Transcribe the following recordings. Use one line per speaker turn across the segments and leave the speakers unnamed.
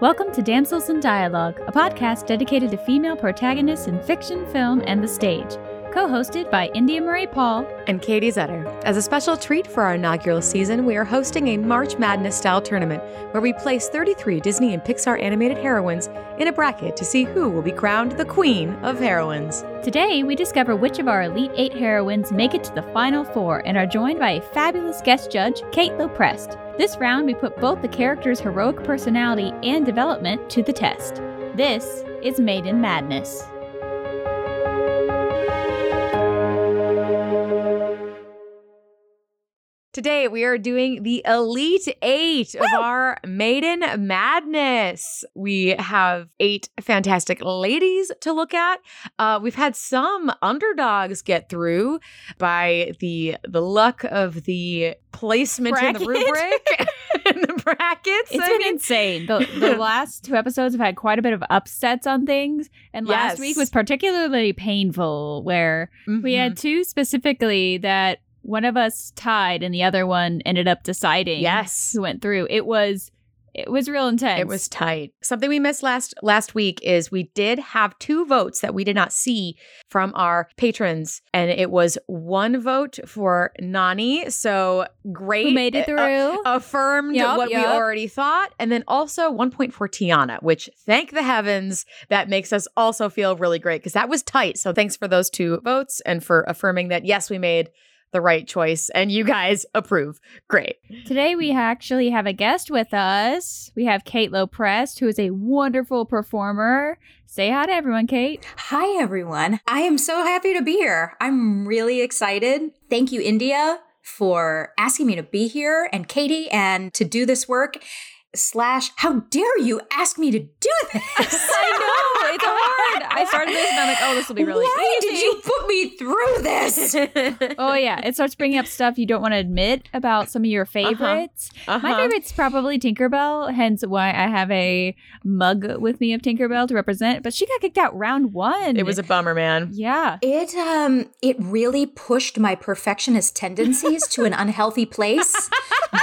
Welcome to Damsels in Dialogue, a podcast dedicated to female protagonists in fiction, film, and the stage. Co hosted by India Marie Paul.
and Katie Zetter. As a special treat for our inaugural season, we are hosting a March Madness style tournament where we place 33 Disney and Pixar animated heroines in a bracket to see who will be crowned the queen of heroines.
Today, we discover which of our Elite Eight heroines make it to the Final Four and are joined by a fabulous guest judge, Kate Loprest. This round, we put both the character's heroic personality and development to the test. This is Maiden Madness.
Today, we are doing the Elite Eight of our Maiden Madness. We have eight fantastic ladies to look at. Uh, we've had some underdogs get through by the the luck of the placement in the
Bracket.
rubric in the brackets.
It's
I
been
mean,
insane. The, the last two episodes have had quite a bit of upsets on things, and last
Yes.
week was particularly painful, where We
mhm.
had two specifically that one of us tied and the other one ended up deciding
mm-hmm. yes.
who went through. It was it was real intense.
It was tight. Something we missed last last week is we did have two votes that we did not see from our patrons, and it was one vote for Nani. So great,
who made it
uh,
through.
affirmed
Yup,
what we
yup.
already thought, and then also 1.4 Tiana, which thank the heavens that makes us also feel really great because that was tight. So thanks for those two votes and for affirming that yes, we made the right choice, and you guys approve. Great.
Today we actually have a guest with us. We have Kate Loprest, who is a wonderful performer. Say hi to everyone, Kate.
Hi, everyone. I am so happy to be here. I'm really excited. Thank you, India, for asking me to be here and Katie and to do this work. Slash, how dare you ask me to do this?
know,
I
it's hard. I started this and I'm like, oh, this will be really
Why did
easy.
you put me through this?
Oh yeah, it starts bringing up stuff you don't want to admit about some of your favorites. My
Uh-huh.
favorite's probably Tinkerbell, hence why I have a mug with me of Tinkerbell to represent. But she got kicked out round one.
It was a bummer, man.
yeah.
It um it really pushed my perfectionist tendencies to an unhealthy place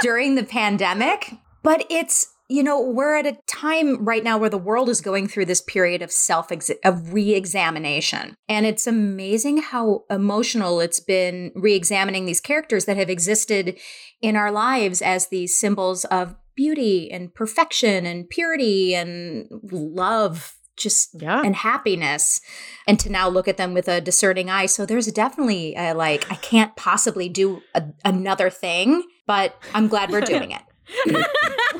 during the pandemic. But it's you know, we're at a time right now where the world is going through this period of self of re-examination. And it's amazing how emotional it's been re-examining these characters that have existed in our lives as these symbols of beauty and perfection and purity and love just
Yeah.
and happiness and to now look at them with a discerning eye so there's definitely a, like i can't possibly do a, another thing but i'm glad we're doing it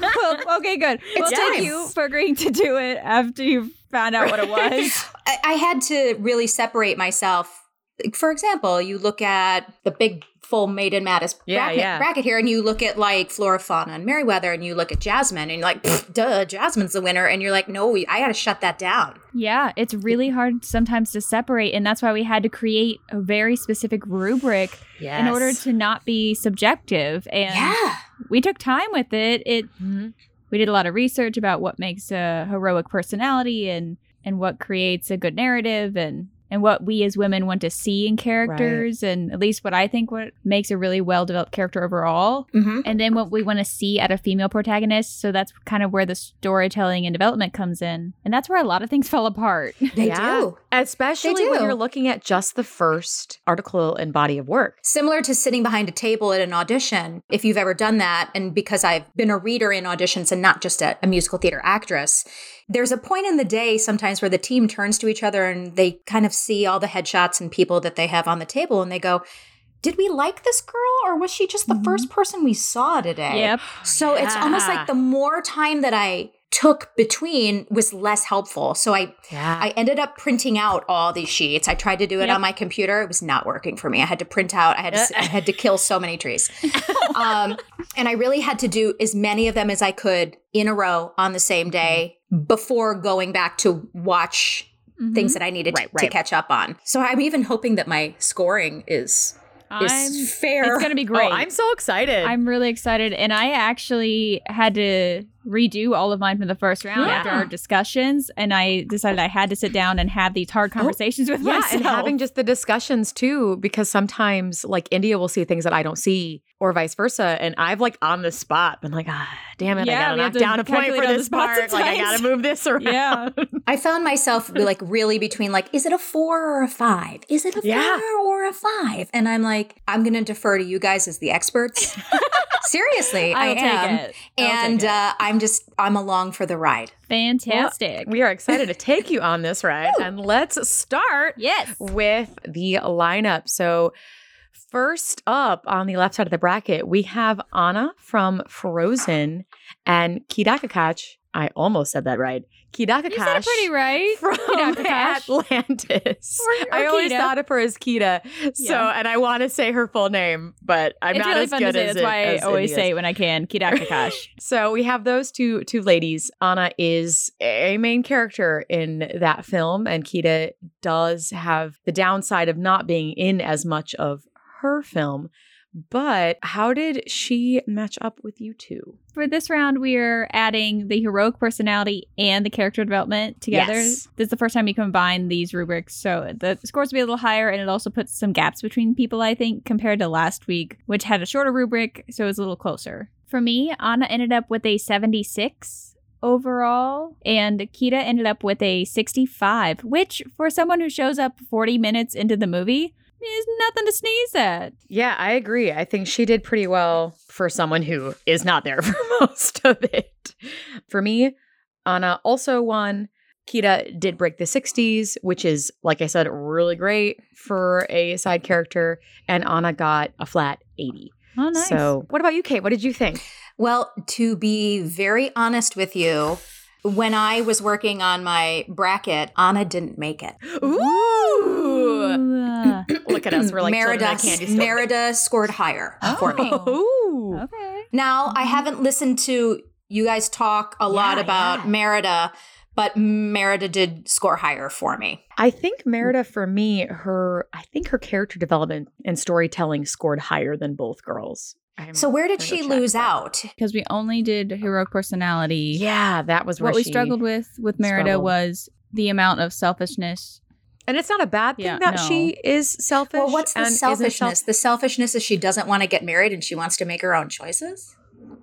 well, okay, good. Well, thank
time.
you for agreeing to do it after you found out what it was.
I, I had to really separate myself Like, for example you look at the big full maiden mattis
Yeah,
bracket,
yeah.
bracket here and you look at like flora fauna and merriweather and you look at jasmine and you're like "Pfft, duh jasmine's the winner and you're like no i gotta shut that down
yeah, it's really hard sometimes to separate, and that's why we had to create a very specific rubric
Yes.
in order to not be subjective. And
yeah
we took time with it. It
Mhm.
we did a lot of research about what makes a heroic personality and and what creates a good narrative and and what we as women want to see in characters and at least what i think what makes a really well developed character overall
mm-hmm.
and then what we want to see out of female protagonists so that's kind of where the storytelling and development comes in and that's where a lot of things fall apart
they
Yeah.
do
Especially when
do.
you're looking at just the first article and body of work.
Similar to sitting behind a table at an audition, if you've ever done that, and because I've been a reader in auditions and not just a, a musical theater actress, there's a point in the day sometimes where the team turns to each other and they kind of see all the headshots and people that they have on the table and they go, Did we like this girl or was she just the
Mhm.
first person we saw today?
yep
So it's almost
Yeah.
like the more time that I took between was less helpful. So I
Yeah.
I ended up printing out all these sheets. I tried to do it
Yep.
on my computer. It was not working for me. I had to print out. I had to, s- I had to kill so many trees, um, and I really had to do as many of them as I could in a row on the same day
Mm-hmm.
before going back to watch things that I needed
Right,
to,
right.
catch up on. So I'm even hoping that my scoring is
Mhm.
is
I'm-
fair.
it's gonna be great
Oh, I'm so excited.
I'm really excited, and I actually had to redo all of mine from the first round
Yeah.
after our discussions, and I decided I had to sit down and have these
Oh,
hard conversations with
yeah,
myself.
and having just the discussions too, because sometimes like India will see things that I don't see or vice versa. And I've like on the spot been like, ah, damn it,
Yeah,
I gotta
we have to
knock down a point
calculate
for
on the
this
spot
part. Like I
sometimes.
gotta move this around.
Yeah.
I found myself like really between like, is it a four or a five? Is it a
Yeah.
four or a five? And I'm like, I'm gonna defer to you guys as the experts. Seriously, I
I'll
am.
take it. I'll
And
take it.
uh, I'm just I'm along for the ride.
fantastic.
We are excited to take you on this ride. and let's start
yes.
with the lineup. So, first up on the left side of the bracket, we have Anna from Frozen and Kidakakach. I almost said that right. Kidakakach.
You said it pretty right.
From
Kidakakash.
Atlantis.
Or- or
I always
Kida.
thought of her as Kita. So,
Yeah.
and I want to say her full name, but I'm
it's
not
really
as
fun
good
to say.
as
That's
it-
why I
as
always
India's.
say it when I can, Kidakakash.
So we have those two two ladies. Anna is a main character in that film, and Kita does have the downside of not being in as much of her film. But how did she match up with you two?
For this round, we're adding the heroic personality and the character development together.
Yes.
This is the first time you combine these rubrics, so the scores will be a little higher, and it also puts some gaps between people, I think, compared to last week, which had a shorter rubric, so it was a little closer. For me, Anna ended up with a 76 overall, and Kita ended up with a 65, which, for someone who shows up 40 minutes into the movie, is nothing to sneeze at.
Yeah, I agree. I think she did pretty well for someone who is not there for most of it. For me, Anna also won. Kita did break the 60s, which is, like I said, really great for a side character. And Anna got a flat 80.
Oh, nice.
So, what about you, Kate? What did you think?
Well, to be very honest with you, when I was working on my bracket, Anna didn't make it.
Ooh.
Ooh.
Look at us. We're like children
Merida,
at a candy store.
Merida scored higher for
Oh.
me.
Ooh.
Okay.
Now, I haven't listened to you guys talk a lot
Mm-hmm. Yeah,
about
yeah.
Merida, but Merida did score higher for me.
I think Merida, for me, her, I think her character development and storytelling scored higher than both girls. I'm-
So, where did
I'm
she
gonna check
lose
that.
out?
because we only did heroic personality.
Yeah, that was where
what we
she-
struggled with with Merida
struggled.
was the amount of selfishness.
and it's not a bad thing
Yeah,
that
no.
she is selfish.
Well, what's the
and isn't self-
selfishness? the selfishness is she doesn't want to get married and she wants to make her own choices.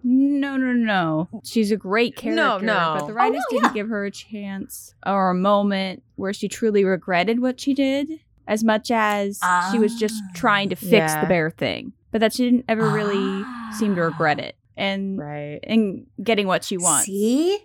No, no, no. She's a great character,
No, Oh, no.
but the writers
no,
didn't
yeah.
give her a chance or a moment where she truly regretted what she did, as much as she was just
Ah.
trying to fix
Yeah. Ah.
the bear thing, but that she didn't ever really seem to regret it and
right.
and getting what she wants.
See,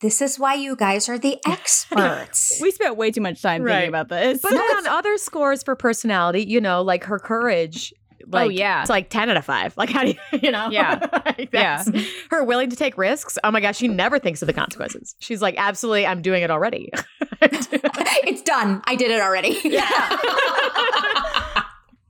this is why you guys are the experts.
We spent way too much time
Right.
thinking about this.
But on other scores for personality, you know, like her courage. Like,
yeah.
It's like 10 out of 5. Like, how do you, you know?
Yeah.
like that's- Her willing to take risks. Oh my gosh, she never thinks of the consequences. She's like, absolutely, I'm doing it already.
it's done. I did it already.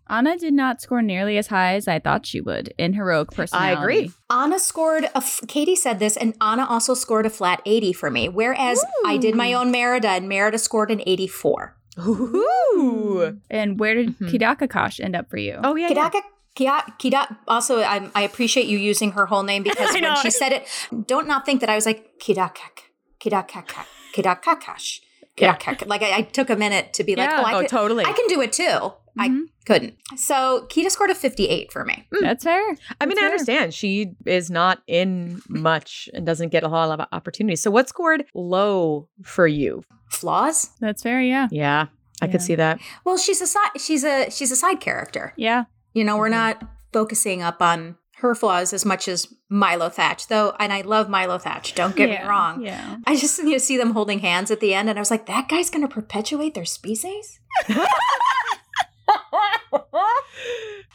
Anna did not score nearly as high as I thought she would in heroic personality.
agree.
Anna scored a. F- Katie said this, and Anna also scored a flat 80 for me, whereas I did my own Merida, and Merida scored an 84.
Ooh.
And where did
Mhm.
Kidakakash end up for you?
Oh, yeah. yeah.
Kidaka. Kia, Kida, also, I, I appreciate you using her whole name because
I
when
know.
she said it, don't not think that I was like Kidakak, Kidakakak, Kidakakash,
Yeah.
Kidakak. Like I, I took a minute to be like,
Yeah.
oh, I,
Oh,
could,
totally. Mm-hmm.
I can do it too. I
Mhm.
couldn't. So Kita scored a 58 for me.
Mm.
That's fair.
I
That's
mean, I
fair.
understand she is not in much and doesn't get a lot of opportunities. So, what scored low for you?
Flaws?
That's fair. Yeah.
Yeah, I
Yeah.
could see that.
Well, she's a side. She's a she's a side character.
Yeah.
You know, we're
Mhm.
Mm-hmm.
not focusing up on her flaws as much as Milo Thatch, though. And I love Milo Thatch. Don't get
Yeah.
me wrong.
Yeah.
I just you know, see them holding hands at the end, and I was like, that guy's going to perpetuate their species.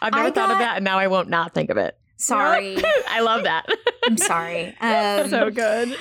I've never
I
thought
got-
of that, and now I won't not think of it.
Sorry,
I love that.
I'm sorry. Um,
good.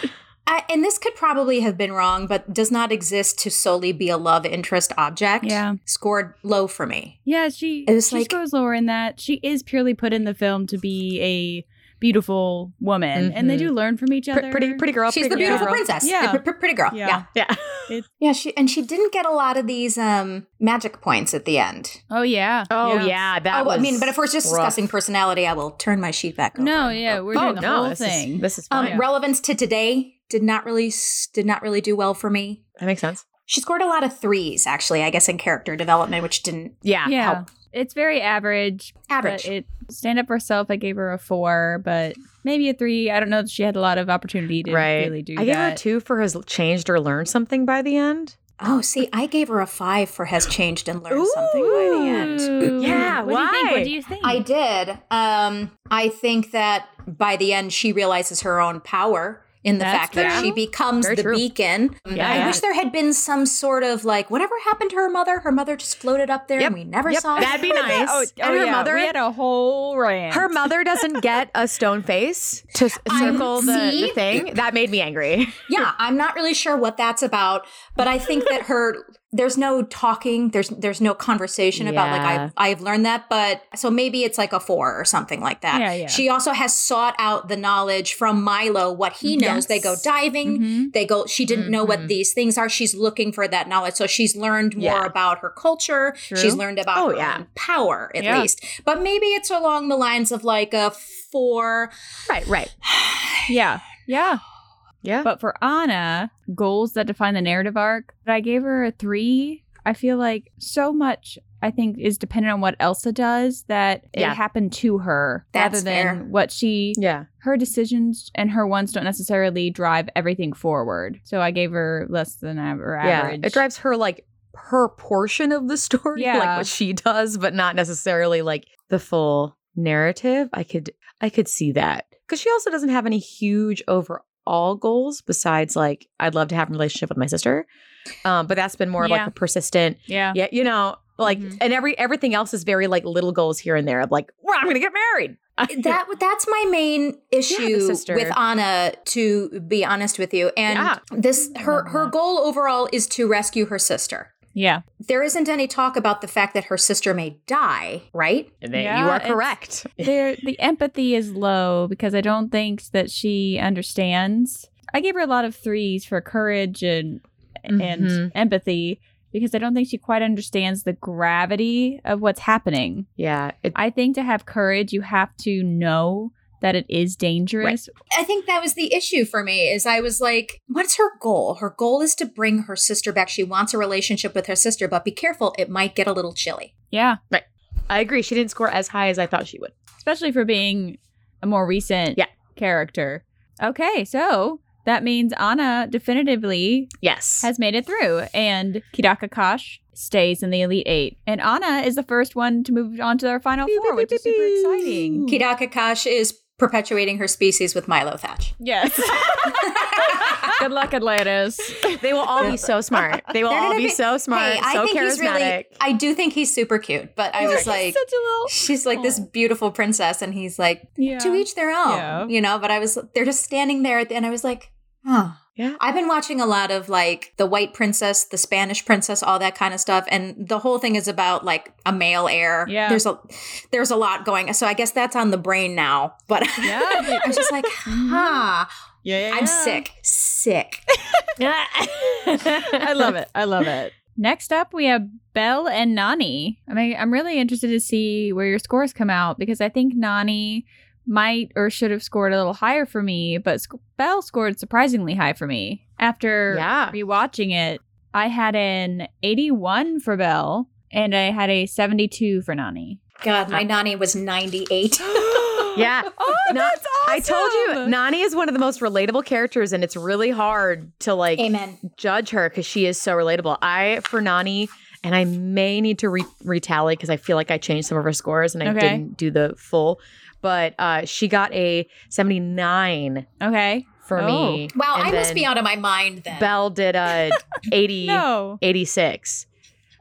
I, and this could probably have been wrong, but does not exist to solely be a love interest object.
Yeah.
scored low for me.
Yeah. She,
It was
she
like-
scores lower in that. She is purely put in the film to be a beautiful woman. And they
Mhm.
do learn from each
Pre-
other.
pretty, pretty girl.
She's
pretty
the beautiful
girl.
princess.
Yeah.
The pr- pr- pretty girl.
Yeah.
yeah.
Yeah.
Yeah, she and she didn't get a lot of these um magic points at the end.
Oh, yeah.
Oh yeah, that
oh,
was.
I mean, but if we're just
rough.
discussing personality, I will turn my sheet back. Over.
No, yeah. We're
oh
doing the
no,
whole
this
thing.
is this is
Um,
fine.
relevance to today did not really s- did not really do well for me.
that makes sense.
She scored a lot of threes, actually. I guess in character development, which didn't.
Yeah,
yeah.
help.
It's very average.
Average.
But it stand up for herself. I gave her a four, but maybe a three. I don't know that she had a lot of opportunity to
right.
really do
I gave her
that.
a two for has changed or learned something by the end.
oh, see, I gave her a five for has changed and learned something by the end.
Ooh.
Yeah,
What do you think?
why?
What do you think?
I did. Um, I think that by the end, she realizes her own power in the
That's
fact
true.
that she becomes
Very
the
true. Mm,
beacon.
Yeah.
I wish there had been some sort of like, whatever happened to her mother, her mother just floated up there
Yep.
and we never
Yep.
saw her.
That'd be nice.
Oh,
and her
yeah.
mother,
We had a whole rant.
her mother doesn't get a stone face to s-
I
circle the, the
see.
thing. That made me angry.
yeah, I'm not really sure what that's about, but I think that her there's no talking, there's there's no conversation about like
Yeah.
I I've learned that, but so maybe it's like a 4 or something like that.
Yeah, yeah.
She also has sought out the knowledge from Milo what he knows. They go
Yes. Mm-hmm.
diving,
Mhm.
they go she didn't know
Mhm.
what these things are. She's looking for that knowledge. So she's learned more
Yeah.
about her culture.
True.
She's learned about
Oh,
her
yeah.
own power at
Yeah.
least. But maybe it's along the lines of like a 4
right, right.
Yeah. Yeah.
Yeah.
But for Anna, goals that define the narrative arc, I gave her a three. I feel like so much, I think, is dependent on what Elsa does that
Yeah.
it happened to her rather
That's
than
fair.
what she,
yeah.
her decisions and her wants don't necessarily drive everything forward. So I gave her less than av- or average.
Yeah. It drives her like her portion of the story,
Yeah.
like what she does, but not necessarily like the full narrative. I could I could see that. Cause she also doesn't have any huge overall goals besides like I'd love to have a relationship with my sister. Um, but that's been more of
Yeah.
like a persistent
Yeah.
yeah, you know, like
Mhm.
and every everything else is very like little goals here and there of like, well, I'm gonna get married.
that that's my main issue
sister.
with Anna to be honest with you and
Yeah.
this her
Love
her
that.
goal overall is to rescue her sister
Yeah.
there isn't any talk about the fact that her sister may die right
They-
Yeah,
you are
it's-
correct.
there the empathy is low because I don't think that she understands. I gave her a lot of threes for courage and
Mhm.
and empathy because I don't think she quite understands the gravity of what's happening.
Yeah. It,
I think to have courage you have to know that it is dangerous.
i think that was the issue for me is i was like what's her goal her goal is to bring her sister back she wants a relationship with her sister but be careful it might get a little chilly
Yeah.
I agree. She didn't score as high as I thought she would.
Especially for being a more recent
Yeah.
character. Okay, so that means Anna definitively
Yes.
has made it through, and Kidaka Kosh stays in the Elite Eight. And Anna is the first one to move on to our final
Beep,
four,
beep,
which is
beep,
super
beep.
exciting.
kidaka kash is perpetuating her species with milo thatch
Yes. Good luck, Atlantis.
They will all be so smart. They will
They're
all
gonna
be,
be-
so smart,
hey i
so
think
charismatic.
he's really i do think he's super cute but i
He's
was like
such a little.
She's like this
Aw.
beautiful princess, and he's like,
Yeah.
to each their own,
Yeah.
you know. But I was, they're just standing there, at the, and I was like, huh.
Yeah.
I've been watching a lot of like the White Princess, the Spanish Princess, all that kind of stuff, and the whole thing is about like a male heir.
Yeah.
there's a there's a lot going. So I guess that's on the brain now. But
Yeah.
I'm just like, huh.
yeah,
I'm sick, sick.
I love it. I love it. Next up, we have Belle and Nani. I mean, I'm really interested to see where your scores come out because I think Nani might or should have scored a little higher for me, but sc- Belle scored surprisingly high for me. After
Yeah.
rewatching it, I had an 81 for Belle and I had a 72 for Nani.
God, my nanny was 98.
Yeah.
Oh,
No,
that's awesome.
I told you, Nani is one of the most relatable characters, and it's really hard to like
Amen.
judge her because she is so relatable. I for Nani, and I may need to re- retaliate because I feel like I changed some of her scores and I
Okay.
didn't do the full. But uh, she got a seventy nine
Okay.
for me.
Oh. Wow,
and
I must
then
be out of my mind then.
Belle did a 80,
No.
86.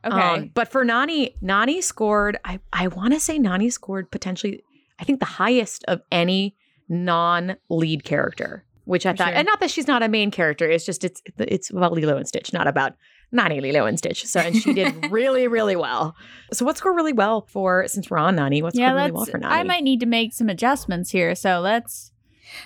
Okay.
Um, but for Nani, Nani scored, I, I want to say Nani scored potentially, I think the highest of any non lead character, which I
For
thought,
sure.
and not that she's not a main character, it's just, it's, it's about Lilo and Stitch, not about Nani, Lilo and Stitch. So, and she did really, really well. So, what scored really well for, since we're on Nani, what scored really well for Nani?
I might need to make some adjustments here, so let's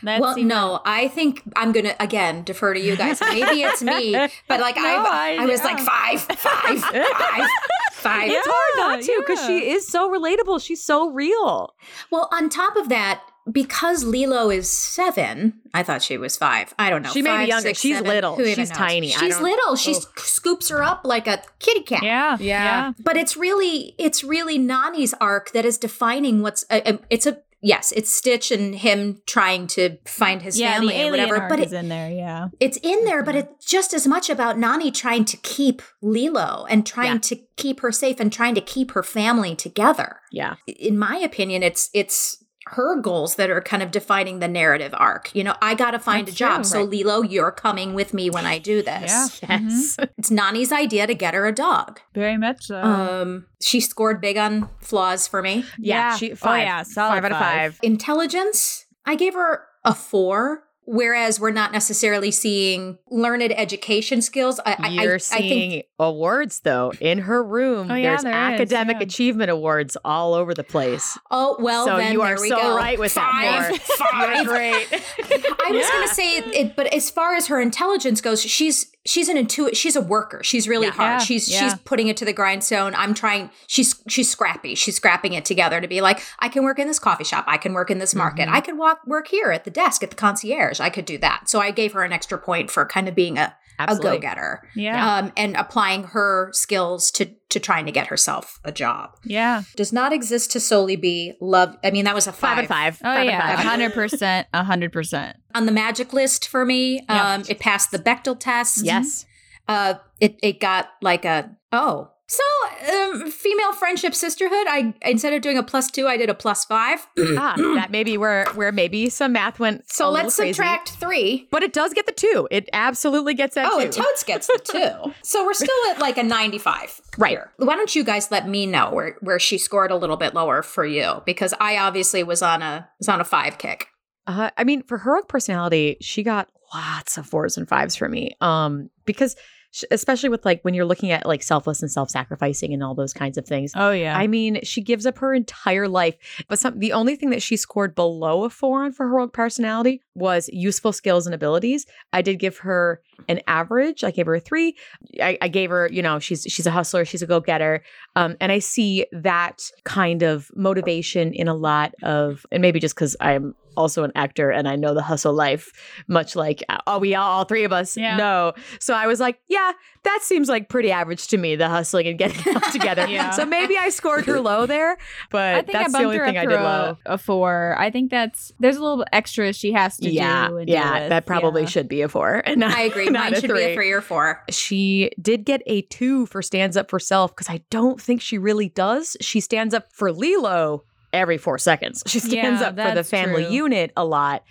let's
well,
see.
no, I think I'm gonna again defer to you guys. Maybe it's me, but like
No,
I,
I-
I was
yeah.
like five, five, five, five.
it's hard not to because
yeah.
she is so relatable. She's so real.
Well, on top of that, because Lilo is seven, I thought she was five. I don't know.
She may be
five,
younger. She's little.
even
She's
knows?
tiny. I
She's
don't- Oh.
little. She s- scoops her up like a kitty cat.
Yeah.
Yeah.
But it's really, it's really Nani's arc that is defining what's. Uh, um, it's a yes. It's Stitch and him trying to find his
Yeah,
family
the
and
alien
whatever.
arc
But
is
it,
in there. Yeah,
it's in there. But it's just as much about Nani trying to keep Lilo and trying
Yeah.
to keep her safe and trying to keep her family together
Yeah.
in my opinion it's it's her goals that are kind of defining the narrative arc you know i gotta find
That's
a job
true.
so
Right.
lilo you're coming with me when i do this
Yeah. Mm-hmm.
Yes.
it's nani's idea to get her a dog
very much so.
um she scored big on flaws for me
Yeah, she- five.
Oh yeah, solid
Five out of five.
intelligence i gave her a four whereas we're not necessarily seeing learned education skills i I- I,
You're
I
seeing
think
awards though in her room.
Oh, yeah,
There's
there is,
academic
yeah.
achievement awards all over the place.
oh well
so
then
you are
there we
so
go.
right with
Five.
that. More.
Five.
great.
I was
Yeah.
gonna say it, but as far as her intelligence goes, she's she's an intuit. She's a worker. She's really
Yeah.
hard.
Yeah.
She's
Yeah.
she's putting it to the grindstone. I'm trying. She's she's scrappy. She's scrapping it together to be like, I can work in this coffee shop. I can work in this market.
Mm-hmm.
I could walk work here at the desk at the concierge. I could do that. So I gave her an extra point for kind of being a a
Absolutely.
go getter.
Yeah.
Um, and applying her skills to to trying to get herself a job
Yeah.
does not exist to solely be love. I mean, that was a
Five out of five.
Oh
Five out of
yeah,
five.
hundred percent, hundred percent.
on the magic list for me.
Yeah.
Um, it passed the Bechtel test.
Yes.
Uh, it it got like a oh. So um, female friendship sisterhood. I instead of doing a plus two, I did a plus five.
ah, that maybe where where maybe some math went.
so
a little
let's
crazy.
subtract three.
But it does get the two. It absolutely gets that
Oh,
two.
and Totes gets the two. so we're still at like a ninety-five.
Right.
here. Why don't you guys let me know where where she scored a little bit lower for you? Because I obviously was on a was on a five kick.
Uh, I mean, for heroic personality, she got lots of fours and fives for me. Um, because sh- especially with like when you're looking at like selfless and self-sacrificing and all those kinds of things.
Oh yeah.
I mean, she gives up her entire life. But some, the only thing that she scored below a four on for heroic personality was useful skills and abilities. I did give her an average. I gave her a three. I, I gave her, you know, she's she's a hustler. She's a go getter. Um, and I see that kind of motivation in a lot of, and maybe just because I'm also an actor and I know the hustle life, much like uh, oh, we all, all three of us
Yeah.
know. So I was like, yeah, that seems like pretty average to me, the hustling and getting it all together.
Yeah.
So maybe I scored her low there, but
I think
that's
I bumped
the only
her
thing
up
I
to
did
a-
low.
A four. I think that's there's a little extra she has to
Yeah,
do. and deal
yeah,
with.
that probably
Yeah.
should be a four. And uh, not,
I agree.
not
Mine should be a three or four.
She did get a two for stands up for self because I don't think she really does. She stands up for Lilo every four seconds. She stands
Yeah,
up for the
that's
family
true.
unit a lot,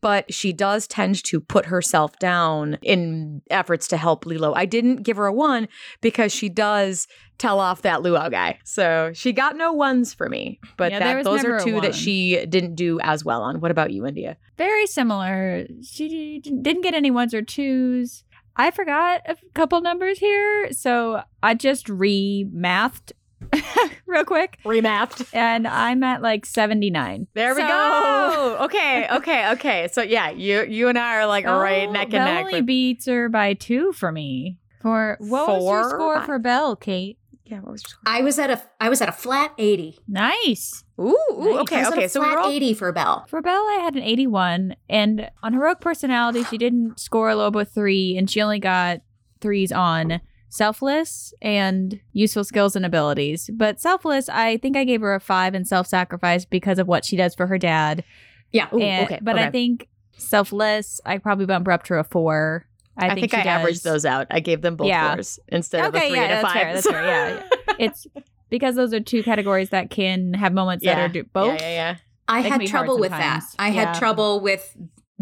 but she does tend to put herself down in efforts to help Lilo. I didn't give her a one because she does tell off that luau guy. So she got no ones for me, but
Yeah, there
that,
was
those
never
are
a
two
one.
that she didn't do as well on. What about you, India?
very similar. She d- didn't get any ones or twos. I forgot a f- couple numbers here, so I just remathed real quick,
Remapped.
and I'm at like 79.
There we
So-
go. Okay, okay, okay. So yeah, you you and I are like right
Belle-
neck and
Belle
neck.
only
with-
beats her by two for me. For what was
Four or
your score
five?
for Belle, Kate?
yeah, what was your score?
I was at a I was at a flat eighty.
Nice.
Ooh, ooh
Nice.
I
okay,
was at
okay.
a
So we
flat
were all,
80 for Belle.
For Belle, I had an 81, and on heroic personality, she didn't score a Lobo three, and she only got threes on selfless and useful skills and abilities. But selfless, I think I gave her a five in self sacrifice because of what she does for her dad.
Yeah.
Ooh,
And-
okay,
but I
okay.
think selfless, I probably bump her up to a four. I,
I,
think,
think,
she
I averaged
does.
those out. I gave them both
Yeah.
fours instead of a
Okay,
three
yeah,
and a
that's
five.
fair, that's fair, yeah, It's because those are two categories that can have moments
Yeah.
that are do- both.
Yeah, yeah,
That
I
can
had
be hard
trouble with that.
sometimes.
I had
Yeah.
trouble with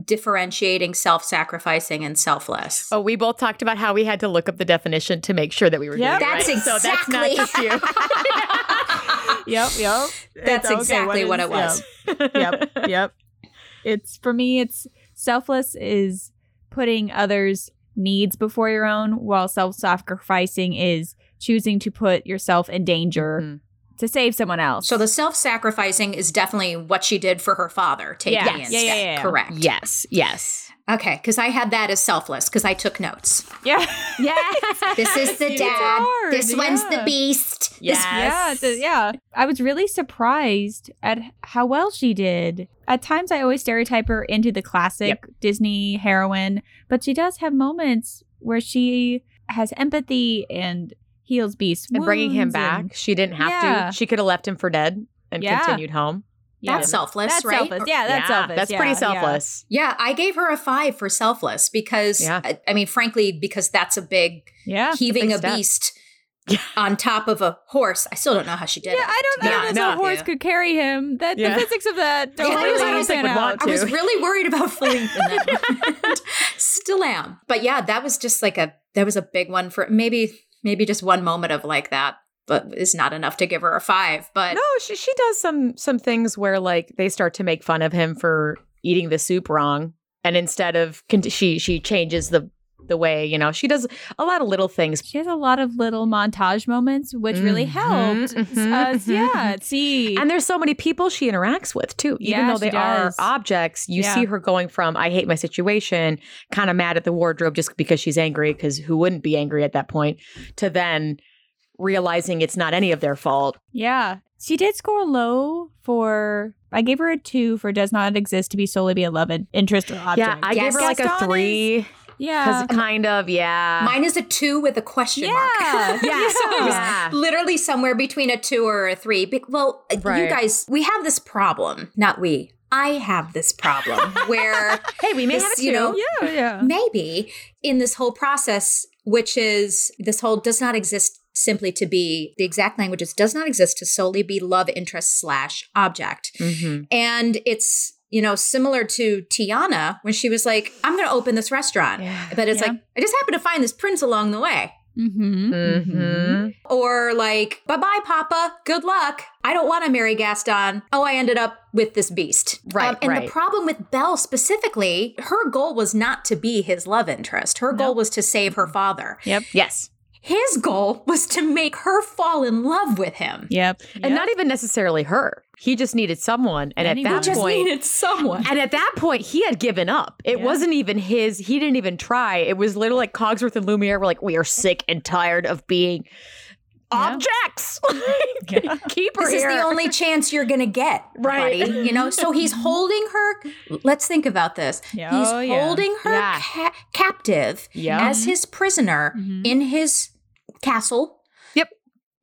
differentiating self-sacrificing and selfless.
Oh, we both talked about how we had to look up the definition to make sure that we were
Yep.
doing it
That's
right. So that's not
exactly-
just you.
Yep, yep.
That's
Okay,
exactly what
is-
it was.
yep, yep. It's for me. It's selfless is putting others' needs before your own, while self-sacrificing is choosing to put yourself in danger
Mhm.
to save someone else.
So the self-sacrificing is definitely what she did for her father, taking
Yeah.
Ian's
Yeah, yeah,
step.
yeah, yeah.
Correct.
Yes, yes.
Okay, because I had that as selfless because I took notes.
Yeah.
Yes.
This is the
It's
dad.
hard,
This one's the
yeah.
beast. This
Yeah, it's a- yeah. I was really surprised at how well she did. At times, I always stereotype her into the classic Disney heroine, but she does have moments where she has empathy and heals beasts.
And bringing him
wounds
back,
and-
she didn't have
Yeah.
to. She could have left him for dead and
Yeah.
continued home.
yeah.
that's selfless,
That's
right?
selfless. Yeah, that's selfless.
That's
Yeah,
pretty
yeah.
selfless.
Yeah, I gave her a five for selfless because,
Yeah.
I, I mean, frankly, because that's a big
Yeah.
heaving
big
a
step.
beast
Yeah.
on top of a horse. I still don't know how she did
Yeah,
it.
I don't know
Yeah,
that
no.
the horse
Yeah.
could carry him. That
Yeah.
the physics of that don't
Yeah, I
really
was- I don't
think
pan
would want
out.
to.
I was really worried about Philippe in that moment. Still am. But yeah, that was just like a that was a big one for maybe maybe just one moment of like that, but is not enough to give her a five. But
No, she she does some some things where like they start to make fun of him for eating the soup wrong, and instead of con- she she changes the the way you know she does a lot of little things.
She has a lot of little montage moments, which really
Mhm,
helped
mhm,
us.
mhm,
Yeah, see.
And there's so many people she interacts with too. Even
Yeah,
though they
she
are
does.
objects, you
Yeah.
see her going from I hate my situation, kind of mad at the wardrobe just because she's angry, because who wouldn't be angry at that point, to then realizing it's not any of their fault.
Yeah. She did score low for I gave her a two for does not exist to be solely beloved interest or object.
Yeah, I
Yes.
gave her like
Gaston
a three because
yeah.
kind of, yeah.
mine is a two with a question mark.
yeah.
yeah.
Yeah.
yeah.
Literally somewhere between a two or a three. Be- Well, you
Right.
guys, we have this problem. Not we. I have this problem where
Hey, we may
This,
have a two.
you know,
Yeah, yeah.
maybe in this whole process, which is this whole does not exist simply to be the exact language is does not exist to solely be love interest slash object.
Mhm.
And it's, you know, similar to Tiana when she was like, I'm going to open this restaurant.
Yeah.
But it's
Yeah.
like, I just happened to find this prince along the way.
Mm-hmm.
Mhm.
Or like, bye bye, Papa. Good luck. I don't want to marry Gaston. Oh, I ended up with this beast. Um,
Right,
and
right.
the problem with Belle specifically, her goal was not to be his love interest. Her goal was to save her father.
Yep.
Yes.
His goal was to make her fall in love with him.
Yep.
And not even necessarily her. He just needed someone. And
Anyone.
at
He
that
just
point,
needed someone.
And at that point, he had given up. It
Yeah.
wasn't even his. He didn't even try. It was literally like Cogsworth and Lumiere were like, "We are sick and tired of being
Yeah.
objects.
Yeah.
Keep her
This is
here."
the only chance you're going to get,
Right.
buddy. You know, so he's holding her. Let's think about this.
Yeah.
He's
Oh, yeah.
holding her
Yeah.
ca- captive
yeah.
as his prisoner
Mhm.
in his castle.
Mm-hmm. Yep.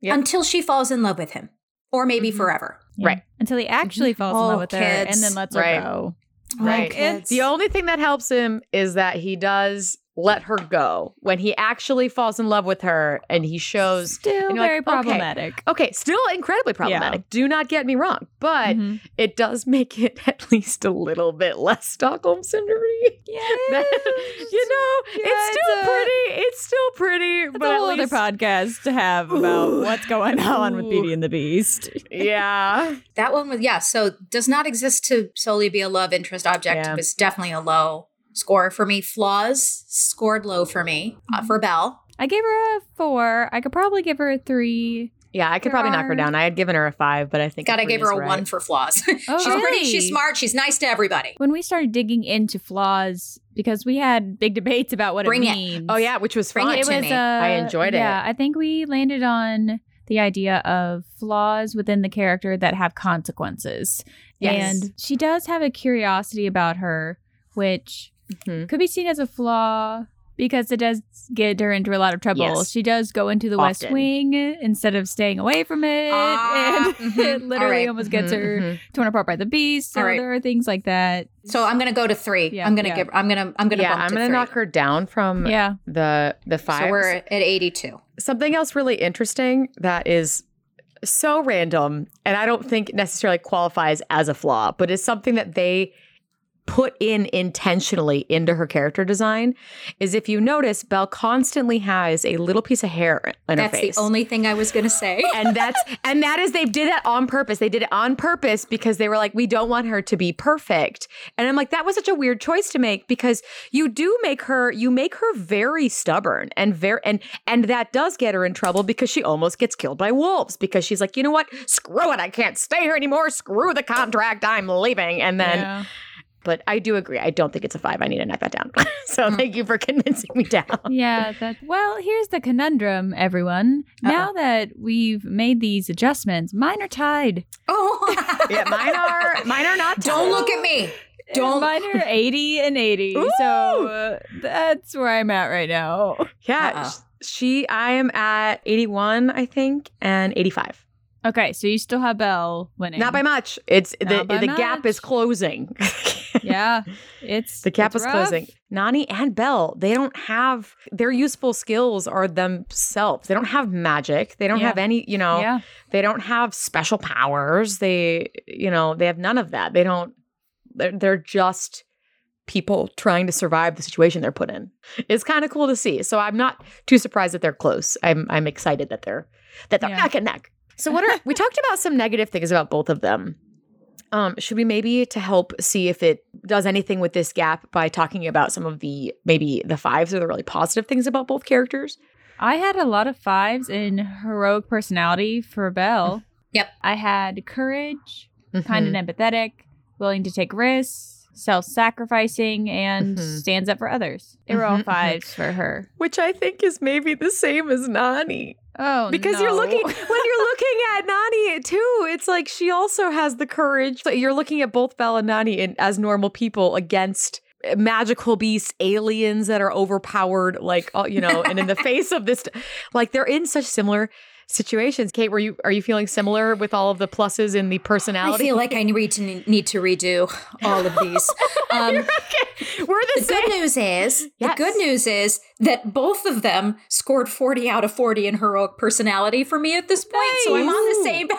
Yep. Mm-hmm.
Until she falls in love with him, or maybe
Mhm.
forever.
Yeah.
Right. Mm-hmm.
Until he actually falls in
Oh,
love with her
kids.
and then lets
Right.
her go.
Right.
kids.
The only thing that helps him is that he does let her go when he actually falls in love with her, and he shows.
Still
And you're like,
very
okay.
problematic.
Okay, still incredibly problematic. Do not get me wrong, but
Mhm.
it does make it at least a little bit less Stockholm syndrome.
Yeah.
that-
it's-
you know,
Yeah,
it's
it's
still
a-
pretty. It's still pretty.
That's
but
a
at
whole other
least-
podcast to have about
Ooh.
what's going on with
Ooh.
Beauty and the Beast.
Yeah.
That one was yeah. So does not exist to solely be a love interest object.
Yeah.
It was definitely a low score for me. Flaws scored low for me
Mm-hmm.
uh, for Belle.
I gave her a four. I could probably give her a three.
Yeah, I could
There
probably knock
are-
her down. I had given her a five, but I think
God, I
three
gave her
is
a
right.
one for flaws.
Oh,
she's pretty. She's smart. She's nice to everybody.
When we started digging into flaws, because we had big debates about what
Bring
it
it.
means.
Oh yeah, which was
Bring
fine.
it was.
to
Uh,
me.
I enjoyed it.
Yeah, I think we landed on the idea of flaws within the character that have consequences.
Yes.
And she does have a curiosity about her, which
Mhm.
could be seen as a flaw because it does get her into a lot of trouble.
Yes.
She does go into the West
Often.
Wing instead of staying away from it, and
Ah,
mm-hmm.
mhm.
it
All
literally
right.
almost gets her
Mhm, mhm.
torn apart by the beast. So
All right.
there are things like that.
So I'm gonna go to three.
Yeah,
I'm gonna
yeah.
give. I'm gonna. I'm gonna.
yeah,
bump
I'm
to
gonna
three.
knock her down from
Yeah.
the the five.
So we're at 82.
Something else really interesting that is so random, and I don't think necessarily qualifies as a flaw, but it's something that they put in intentionally into her character design. Is if you notice, Belle constantly has a little piece of hair in
That's
her face.
the only thing I was gonna say.
and that's and that is they did that on purpose. They did it on purpose because they were like, we don't want her to be perfect. And I'm like, that was such a weird choice to make because you do make her you make her very stubborn and very and and that does get her in trouble because she almost gets killed by wolves because she's like, you know what? Screw it, I can't stay here anymore. Screw the contract, I'm leaving. And then
yeah.
But I do agree. I don't think it's a five. I need to knock that down. so thank you for convincing me down.
Yeah, that well, here's the conundrum, everyone. Now that we've made these adjustments, mine are tied.
Oh,
Yeah, mine are mine are not. tied.
don't look at me. Don't.
mine are 80 and 80. So uh, that's where I'm at right now.
Yeah,
Uh-uh.
sh- she. I am at eighty one, I think, and eighty five.
Okay, so you still have Belle winning.
Not by much. It's
Not
the
by
the gap is
much.
closing.
Yeah, it's
The gap
it's
is
rough.
closing. Nani and Belle, they don't have their useful skills are themselves. They don't have magic. They don't
Yeah.
have any, you know,
Yeah,
they don't have special powers. They, you know, they have none of that. They don't, they're, they're just people trying to survive the situation they're put in. It's kind of cool to see. So I'm not too surprised that they're close. I'm, I'm excited that they're, that they're
Yeah.
neck and neck. So what are, we talked about some negative things about both of them. Um, should we maybe to help see if it does anything with this gap by talking about some of the maybe the fives or the really positive things about both characters?
I had a lot of fives in heroic personality for Belle.
Yep.
I had courage, kind
Mhm.
and empathetic, willing to take risks, self sacrificing, and
Mhm.
stands up for others. They were
Mhm,
all
mhm.
fives for her.
Which I think is maybe the same as Nani.
Oh,
because you're looking when you're looking at Nani too. It's like she also has the courage. So you're looking at both Belle and Nani in, as normal people against magical beasts, aliens that are overpowered, like all- you know. and in the face of this, like they're in such similar situations. Kate, were you are you feeling similar with all of the pluses in the
I
personality?
feel like I need to need to redo all of these. Um,
okay. We're the
the
same.
good news is
Yes.
the good news is that both of them scored 40 out of 40 in heroic personality for me at this point so i'm on the
Nice. Uh,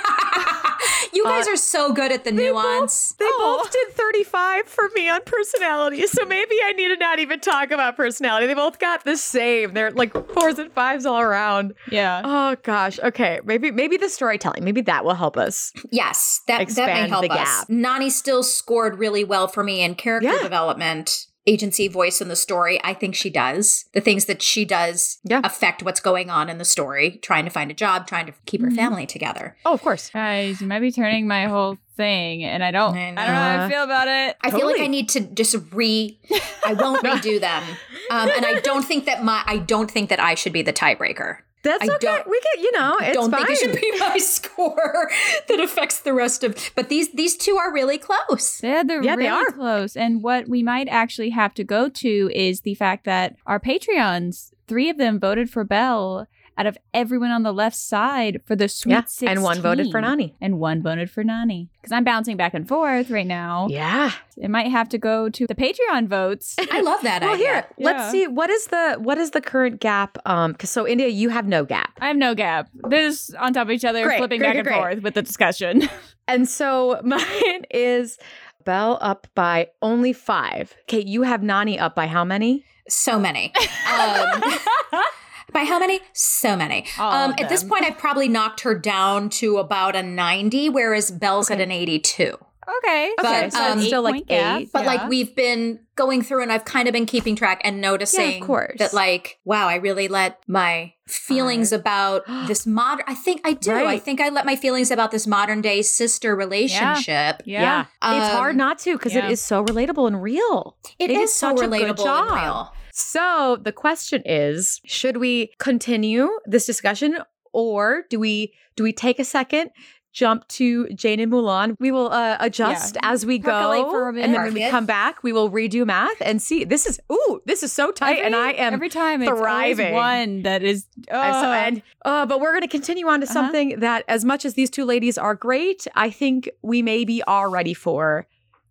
same you guys are so good at the nuance
They both did 35 for me on personality. So maybe I need to not even talk about personality. They both got the same. They're like fours and fives all around.
yeah.
Oh gosh. Okay. Maybe maybe the storytelling, maybe that will help us.
yes that, that may
Expand
help
the
us
gap.
nani still scored really well for me in character
Yeah.
development agency voice in the story i think she does the things that she does
Yeah.
affect what's going on in the story trying to find a job trying to keep her
Mm-hmm.
Mhm.
family together
Oh, of course.
Guys, you might be turning my whole thing, and I don't.
I
I, don't know how
know.
I feel about it.
I feel like
Totally.
I need to just re. I won't redo them, um, and I don't think that my. I don't think that I should be the tiebreaker.
That's
I
okay.
don't-
we get, you know, it's
don't
fine.
think it should be my score that affects the rest of. But these these two are really close.
Yeah, they're
Yeah,
really
they are.
close. And what we might actually have to go to is the fact that our Patreons, three of them voted for Belle out of everyone on the left side for the Sweet
yeah.
16.
And one voted for Nani.
And one voted for Nani. Because I'm bouncing back and forth right now.
Yeah.
It might have to go to the Patreon votes.
I love that
Well,
idea.
here,
Yeah.
let's see what is the what is the current gap um 'cause so India you have no gap.
I have no gap. This is on top of each other,
Great,
flipping
great,
back
great,
and
great.
forth with the discussion.
And so mine is Belle up by only five. Kate, you have Nani up by how many?
So many. Um, by how many? So many.
All
Um,
of
at this
them.
point, I've probably knocked her down to about a ninety, whereas Belle's at
Okay.
an eighty-two.
okay.
But,
so
um,
it's still like
eight-point gap.
eight.
But
Yeah.
like we've been going through and I've kind of been keeping track and noticing
course. Uh-huh.
that like, wow, I really let my feelings about this modern I think I do. I
Right.
think I let my feelings about this modern day sister relationship.
yeah.
it's
Um,
hard not to because
yeah.
it is so relatable and real.
It
They did
is so
such a good
relatable and
job.
real.
So the question is, should we continue this discussion or do we do we take a second, jump to Jane and Mulan? We will uh, adjust as we
Percolate
go
for a
and then
minute.
when we
Market.
come back, we will redo math and see. This is ooh, this is so tight and I am
every time it's always
thriving.
one that is
I saw-
oh.
and uh, but we're going to continue on to
Uh-huh.
something that, as much as these two ladies are great, I think we maybe are ready for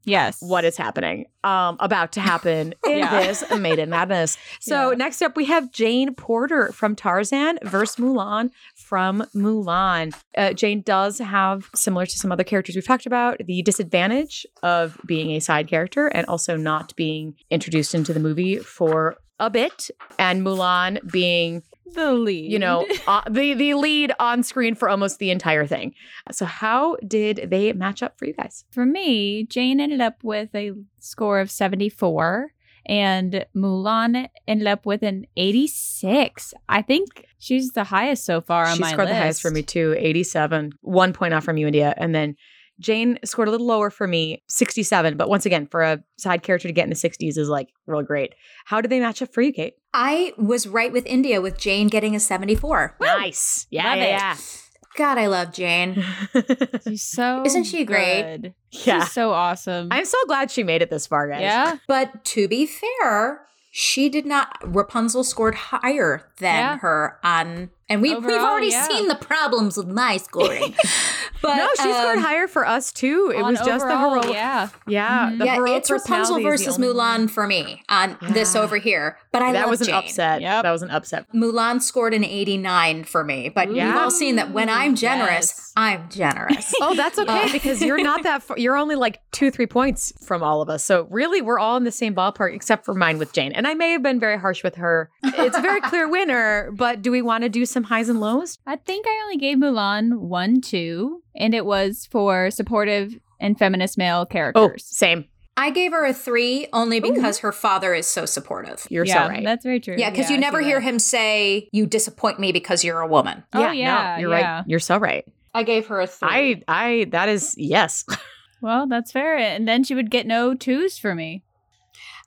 yes
what is happening, um, about to happen in
Yeah.
this Maiden Madness. So
Yeah.
next up, we have Jane Porter from Tarzan versus Mulan from Mulan. Uh, Jane does have, similar to some other characters we've talked about, the disadvantage of being a side character and also not being introduced into the movie for a bit, and Mulan being
the lead
you know, uh, the the lead on screen for almost the entire thing. So how did they match up for you guys?
for me jane ended up with a score of 74 and mulan ended up with an 86 i think she's the highest so far on
she
my
scored the
list.
highest for me too, 87, one point off from you, India, and then Jane scored a little lower for me, 67. But once again, for a side character to get in the 60s is like real great. How did they match up for you, Kate?
I was right with India with Jane getting a 74.
Nice. Yeah.
Love
yeah,
it.
yeah.
God, I love Jane.
She's so
Isn't she great?
good.
Yeah.
She's so awesome.
I'm so glad she made it this far, guys.
yeah.
But to be fair, she did not. Rapunzel scored higher than
Yeah.
her on, and we, we've
Overall,
already
yeah.
seen the problems with my scoring. but
no, she scored
um,
higher for us too. It
On
was just the
overall,
heroic.
Yeah.
yeah,
Mhm.
the
yeah,
heroic
it's Rapunzel
personality is the
versus
only
Mulan
one.
for me on this
Yeah.
over here. But I
that
love
was an
Jane.
upset.
Yep.
That was an upset.
Mulan scored an 89 for me, but
Yeah.
we've all seen that when I'm generous,
Yes.
I'm generous.
Oh, that's okay
Uh,
because you're not that. Far, you're only like two, three points from all of us. So really, we're all in the same ballpark except for mine with Jane. And I may have been very harsh with her. It's a very clear winner. But do we want to do some highs and lows?
I think I only gave Mulan one, two, and it was for supportive and feminist male
Oh,
characters.
same.
I gave her a three only because her father is so supportive.
You're
yeah,
so right.
That's very true.
Yeah, because
I
you
see
never
that.
hear him say, You disappoint me because you're a woman.
Oh,
no,
yeah,
you're
yeah.
right. You're so right.
I gave her a three.
I, I, that is yes.
Well, that's fair. And then she would get no twos for me.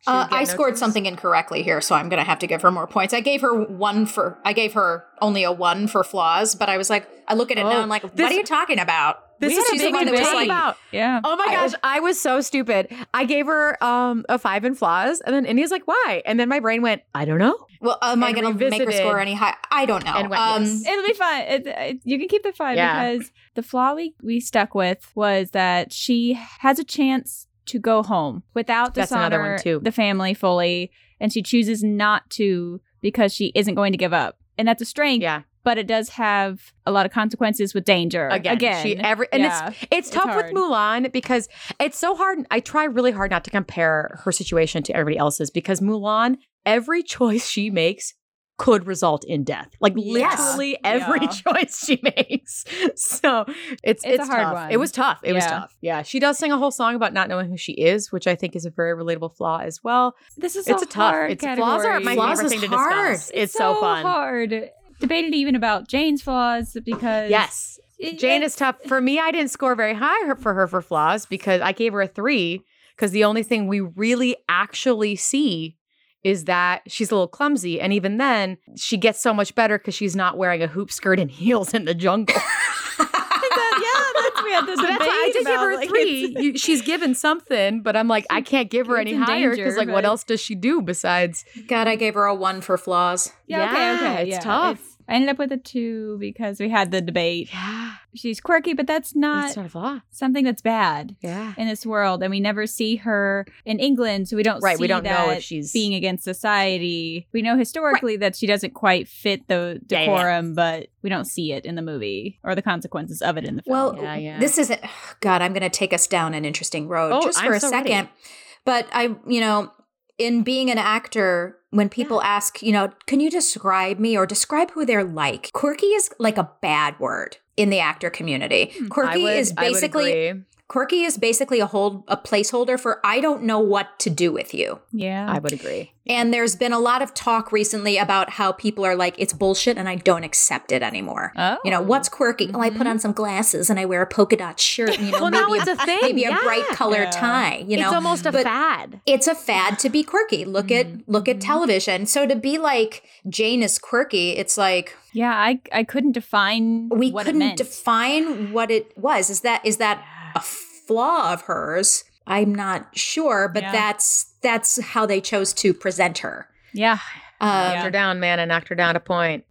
Uh,
Should get
I
no
scored
twos.
something incorrectly here, so I'm going to have to give her more points. I gave her one for, I gave her only a one for flaws, but I was like, I look at it now,
Oh,
I'm like,
this-
what are you talking about?
This
We
is
had a
a
big
big one that was
debate.
like, about.
Yeah.
Oh my
I-
gosh, I was so stupid. I gave her um a five in flaws, and then India's like, why? And then my brain went, I don't know.
Well, am I
And
going to make her
revisited.
score any high? I don't know. Um,
And went, yes.
It'll be fun. It, it- you can keep the fun
Yeah.
because the flaw we, we stuck with was that she has a chance to go home without
That's
dishonor
another one, too.
the family fully, and she chooses not to because she isn't going to give up. And that's a strength,
Yeah,
but it does have a lot of consequences with danger.
again, she every and it's
yeah.
It's
It's
tough
hard.
with Mulan because it's so hard. I try really hard not to compare her situation to everybody else's because Mulan, every choice she makes could result in death. Like
Yes.
literally every
Yeah.
choice she makes. So it's it's,
It's a hard
tough.
one.
It was tough. It was
Yeah.
tough. Yeah. She does sing a whole song about not knowing who she is, which I think is a very relatable flaw as well.
this is
it's
a,
a tough.
hard
It's flaws are
category.
my
Flaws
favorite
is
thing to
hard.
discuss. It's, so, fun.
hard. Debated even about Jane's flaws because
Yes.
it-
Jane is tough. For me, I didn't score very high her- for her for flaws because I gave her a three. Because the only thing we really actually see is that she's a little clumsy. And even then, she gets so much better because she's not wearing a hoop skirt and heels in the jungle.
that- yeah, that's- we had this
so that's why I
debate
did give
about,
her a
like,
three. You, she's given something, but I'm like, I can't give her
It's
any
in
higher because,
danger,
like, what
but-
else does she do besides?
God, I gave her a one for flaws.
Yeah, okay,
Yeah,
okay.
it's
yeah.
tough.
I ended up with a two because we had the debate.
Yeah,
She's quirky, but that's
that's
not
not a flaw.
something that's bad
Yeah.
in this world. And we never see her in England, so we don't
Right.
see
We don't know
that
if she's
being against society. We know historically that she doesn't quite fit the
Yeah, yeah, yeah.
decorum, but we don't see it in the movie or the consequences of it in the film.
Well,
Yeah, yeah.
this isn't. God, I'm going to take us down an interesting road
Oh,
just
I'm
for a
so ready.
second. But I, you know, in being an actor, when people ask, you know, can you describe me or describe who they're like? Quirky is like a bad word in the actor community.
Hmm.
I
Quirky
would-
is
I would
basically
agree.
quirky is basically a hold a placeholder for I don't know what to do with you.
yeah.
I would agree.
And there's been a lot of talk recently about how people are like, it's bullshit and I don't accept it anymore.
oh.
You know, what's quirky? Oh, I put
Mhm.
on some glasses and I wear a polka dot shirt and, you know,
Well, now
maybe,
it's
a,
a thing.
maybe
yeah.
a bright color
Yeah.
tie, you know?
it's almost a
but-
fad.
it's a fad to be quirky. Look
Mhm.
Mm-hmm.
at look at
Mhm.
television. So to be like Jane is quirky, it's like
Yeah, I I couldn't define
we
what it
couldn't
meant.
define what it was. Is that is that a flaw of hers? I'm not sure, but
Yeah.
that's that's how they chose to present her.
yeah.
Um,
Yeah.
Knocked her down, man. I knocked her down a point.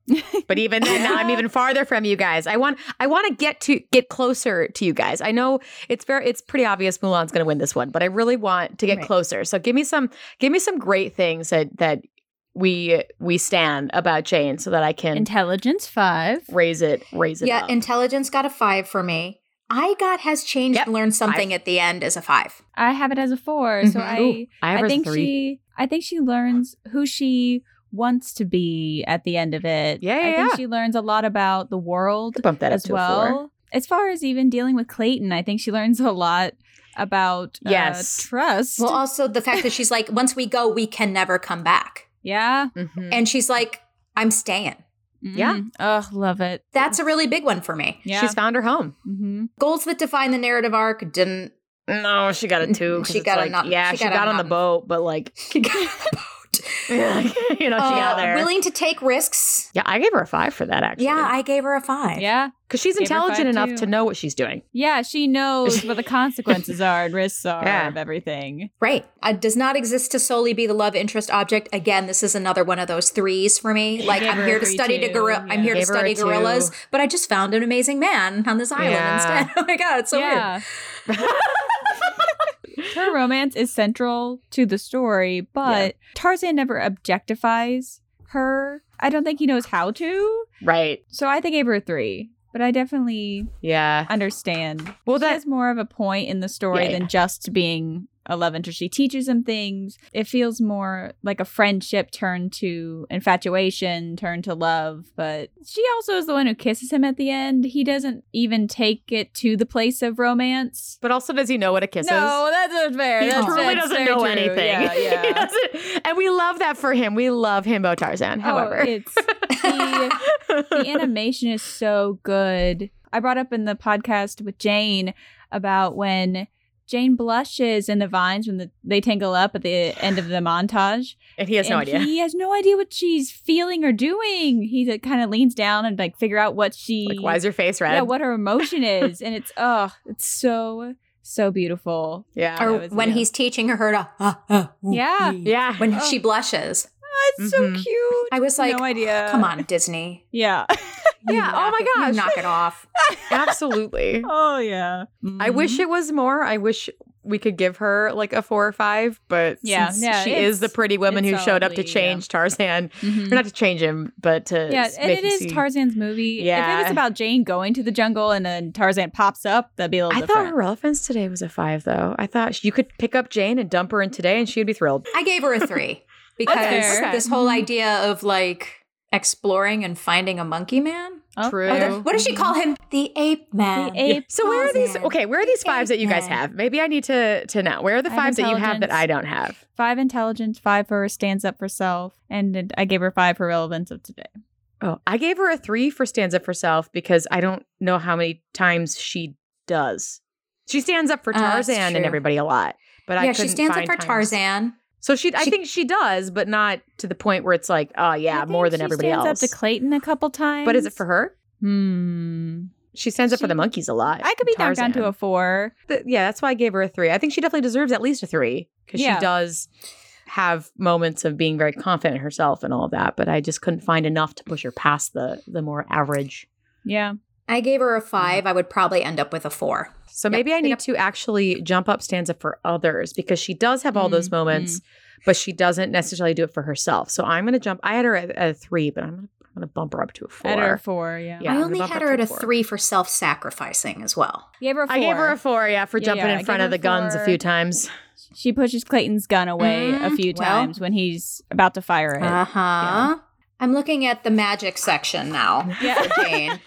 But even then, now I'm even farther from you guys. I want, I want to get to get closer to you guys. I know it's very, it's pretty obvious Mulan's going to win this one, but I really want to get
Right.
closer. So give me some, give me some great things that that we we stand about Jane, so that I can
Intelligence five.
raise it, raise it.
Yeah,
up.
intelligence got a five for me. I got has changed
Yep,
and learned something at the end as a five.
I have it as a 4 so
Mhm.
I
Mm-hmm. Ooh, I, have
I
her
think
three.
she I think she learns who she wants to be at the end of it.
Yeah, yeah,
I think
yeah.
she learns a lot about the world
Could bump that up
as
to a four.
well. As far as even dealing with Clayton, I think she learns a lot about uh,
Yes.
trust.
Well, also the fact that she's like, once we go, we can never come back.
yeah.
Mhm.
And she's like, I'm staying.
Yeah.
Mhm. Oh, love it.
That's a really big one for me.
Yeah.
She's found her home.
hmm
Goals that define the narrative arc didn't.
No, she got a two. 'cause
She
it's
got a
like,
nut-
Yeah,
she
she,
got
got,
a
on the
nut.
boat, but like,
She got a boat.
you know, she got
Uh,
there.
Willing to take risks.
yeah, I gave her a five for that actually.
Yeah, I gave her a five.
Yeah.
because she's
Gave her five,
intelligent enough
too.
to know what she's doing.
Yeah. She knows what the consequences are and risks are
Yeah.
of everything.
Right. Uh, does not exist to solely be the love interest object. Again, this is another one of those threes for me. Like
gave
I'm
her a
here to
three,
study to
too.
gorilla.
Yeah.
I'm here to
Gave her a
study
two.
gorillas, but I just found an amazing man on this island
Yeah.
instead. Oh my god, it's so weird.
yeah. Her romance is central to the story, but Tarzan never objectifies her. I don't think he knows how to.
Right.
So I think I gave her a three. But I definitely
Yeah.
understand.
Well,
Well,
that-
that's more of a point in the story
Yeah,
than just being a love interest. She teaches him things. It feels more like a friendship turned to infatuation, turned to love. But she also is the one who kisses him at the end. He doesn't even take it to the place of romance.
But also, does he know what a kiss
No, that's not fair.
He
That's,
truly
that's
doesn't
very
know
true.
anything.
Yeah,
He
yeah.
doesn't- and we love that for him. We love himbo Tarzan.
Oh,
However,
it's the, the animation is so good. I brought up in the podcast with Jane about when Jane blushes in the vines when the, they tangle up at the end of the montage.
and he has no
And
idea.
He has no idea what she's feeling or doing. He like, kind of leans down and like figure out what she
like, why is your face red?
yeah, what her emotion is, and it's oh, it's so so beautiful.
Yeah.
that
Or
was-
when
yeah.
he's teaching her to ah, ah, ooh,
Yeah.
ee.
yeah.
When
Oh.
she blushes.
Oh, it's so
Mhm.
cute.
I was like,
no idea.
come on, Disney.
Yeah.
You
Yeah, oh
knock
my
it- you
gosh.
knock it off.
Absolutely.
Oh yeah.
I wish
Mm-hmm.
it was more. I wish we could give her like a four or five, but
Yeah,
since
yeah,
she is
it's-
the pretty woman
it's
who showed up to
solidly, yeah.
change Tarzan.
Mhm.
Or not to change him, but to
Yeah,
s-
and
make
it
him
is
see-
Tarzan's movie. If it was
Yeah.
about Jane going to the jungle and then Tarzan pops up, that'd be a little
I
different.
thought her relevance today was a five, though. I thought sh- you could pick up Jane and dump her in today, and she'd be thrilled.
I gave her a three because
fair.
this whole
Mhm.
idea of like exploring and finding a monkey man.
Oh,
True.
Oh,
okay.
the- what does she call him? The ape man.
The ape.
So where are these?
Tarzan.
Okay, where are these fives that you guys
Tarzan.
have? Maybe I need to to know. Where are the
I have
fives that you have that
intelligence.
I don't have?
Five intelligence, five for stands up for self, and it- I gave her five for relevance of today.
Oh,
I gave her a three for stands up for self because I don't know how many times she does. She stands up for
Uh, that's
Tarzan and
true.
everybody a lot, but I
yeah, she
couldn't
stands up
find
for
times.
Tarzan.
So she, I
She-
think she does, but not to the point where it's like, oh
I
yeah,
think
more than
she
everybody
stands
else.
up to Clayton a couple times.
but is it for her?
Hmm.
She stands up for
She-
the monkeys a lot.
I could be knocked down to a
Tarzan.
four.
Th-
yeah, that's why I gave her a three. I think she definitely deserves at least a three because
Yeah.
she does have moments of being very confident in herself and all of that. But I just couldn't find enough to push her past the the more average.
Yeah.
I gave her a five. I would probably end up with a four.
So
Yep.
maybe I need
Yep.
to actually jump up stanza for others because she does have all those
Mm,
moments, but she doesn't necessarily do it for herself. So I'm gonna jump. I had her at, at a three, but I'm gonna, I'm gonna bump her up to a
At her a
four.
four. Yeah.
Yeah.
I
I'm
only
about
had
to
her at a
four.
three for self sacrificing as well.
Gave her a four.
I gave her a four, yeah, for
Yeah,
jumping
yeah, I
in front
gave
of
her
the guns a
four.
few times.
She pushes Clayton's gun away a
Mm,
few
well.
times when he's about to fire it.
Uh huh. I'm looking at the magic section now.
yeah.
for Jane.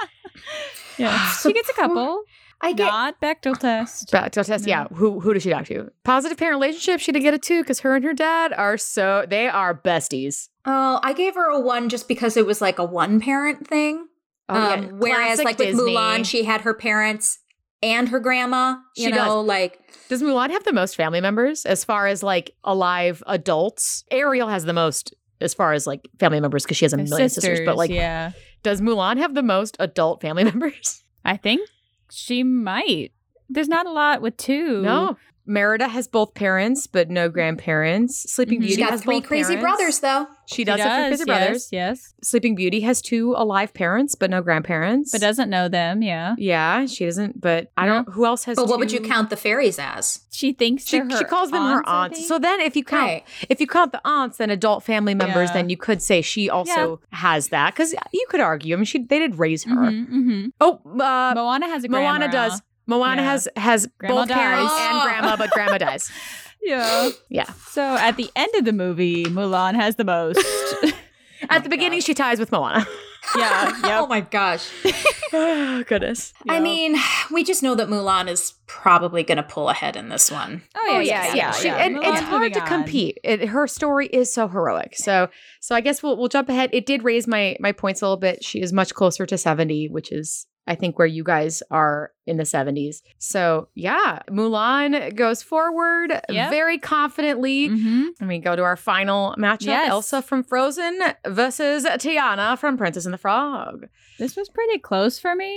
yeah. She gets a couple.
I get
Not Bechtel test.
Back to test, yeah. Who who does she talk to? Positive parent relationship. She did get a two because her and her dad are so they are besties.
oh, I gave her a one just because it was like a one parent thing. um,
Oh, yeah,
whereas
classic
like with
Disney.
Mulan, she had her parents and her grandma. You
She
know,
does.
like
does Mulan have the most family members as far as like alive adults? Ariel has the most as far as like family members because she has a
Her
million sisters, But like,
yeah,
does Mulan have the most adult family members?
I think she might. There's not a lot with two.
No. Mm-hmm. Merida has both parents, but no grandparents. Sleeping
Mhm.
Beauty
she's got
has
three
both
crazy
parents.
brothers though.
She
she
does,
does.
have three crazy
yes,
brothers.
yes,
Sleeping Beauty has two alive parents, but no grandparents.
but doesn't know them. Yeah,
Yeah, she doesn't. But I don't. Who else has?
But what would you
two-
count the fairies as?
she thinks
She,
they're
she
her
calls them her
I
aunts.
think.
So then, if you count,
Right.
if you count the aunts and adult family members,
Yeah.
then you could say she also has that because you could argue. I mean, she they did raise her.
Mhm, mhm.
Oh, uh,
Moana has a
Moana
grandma.
does. Moana
Yeah.
has has
Grandma
both parents
dies.
and
Oh.
grandma, but grandma dies.
Yeah.
Yeah.
So at the end of the movie, Mulan has the most.
At the beginning, she ties with Moana.
yeah.
Oh my gosh.
Oh, goodness.
I
Yeah.
mean, we just know that Mulan is probably going to pull ahead in this one.
Oh yeah, yeah. She- And it's hard to compete. It, her story is so heroic. So, so I guess we'll we'll jump ahead. It did raise my my points a little bit. She is much closer to seventy, which is I think where you guys are in the seventies. So yeah, Mulan goes forward
Yep.
very confidently.
Mm-hmm.
And we go to our final matchup:
Yes.
Elsa from Frozen versus Tiana from Princess and the Frog.
This was pretty close for me.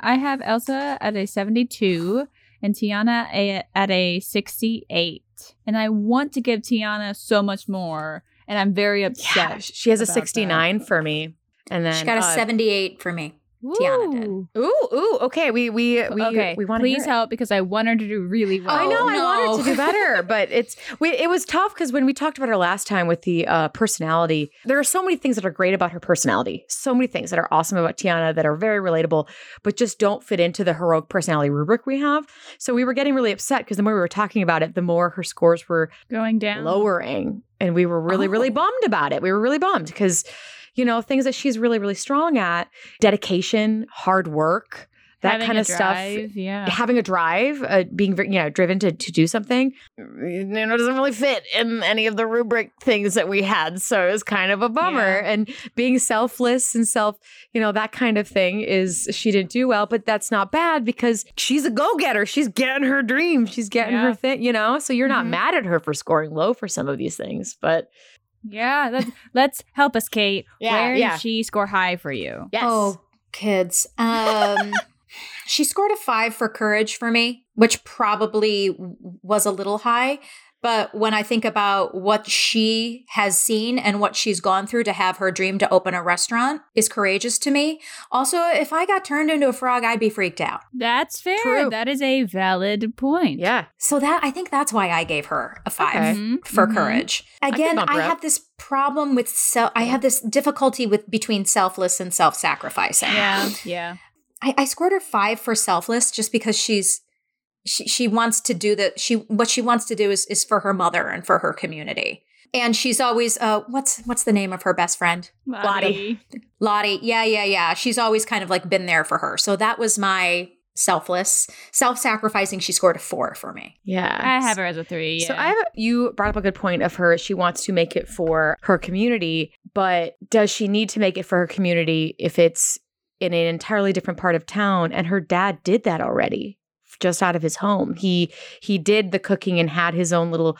I have Elsa at a 72 and Tiana a- at a 68. And I want to give Tiana so much more. And I'm very upset.
Yeah, she has a
about that.
sixty nine for me, and then
she got a
uh,
78 for me. Tiana did.
Ooh.
Ooh, ooh, okay. We we we
okay,
we want to
please help because I want her to do really well.
I know
Oh,
I wanted to
no.
do better, but it's we, it was tough because when we talked about her last time with the uh, personality, there are so many things that are great about her personality, so many things that are awesome about Tiana that are very relatable, but just don't fit into the heroic personality rubric we have. So we were getting really upset because the more we were talking about it, the more her scores were
Going down.
lowering, and we were really really
Oh.
bummed about it. We were really bummed because you know things that she's really really strong at: dedication, hard work, that
Having
kind
a
of stuff
drive, Yeah.
having a drive, uh, being ver- you know driven to to do something, you know, doesn't really fit in any of the rubric things that we had. So it was kind of a bummer. And being selfless and self, you know, that kind of thing is she didn't do well, but that's not bad because she's a go getter. She's getting her dream. She's getting
Yeah.
her thing. You know, so you're not
Mhm.
mad at her for scoring low for some of these things, but
Yeah. Let's, let's help us, Kate.
Yeah,
Where
yeah.
did she score high for you?
yes.
Oh, kids. Um, she scored a five for courage for me, which probably w- was a little high. But when I think about what she has seen and what she's gone through to have her dream to open a restaurant is courageous to me. Also, if I got turned into a frog, I'd be freaked out.
That's fair.
True.
That is a valid point.
Yeah.
So that I think that's why I gave her a five.
Okay.
Mhm,
for
Mm-hmm.
mhm.
courage.
could
Again,
bump
I,
her up.
have this problem with self. I have this difficulty with between selfless and self-sacrificing.
Yeah. Yeah.
I, I scored her five for selfless just because she's she she wants to do the she what she wants to do is is for her mother and for her community. And she's always uh what's what's the name of her best friend?
Lottie.
Lottie. Yeah, yeah, yeah. She's always kind of like been there for her. So that was my selfless, self-sacrificing. She scored a four for me.
Yeah.
I have her as a three.
So
yeah.
I have you brought up a good point of her. She wants to make it for her community, but does she need to make it for her community if it's in an entirely different part of town? And her dad did that already, just out of his home. He he did the cooking and had his own little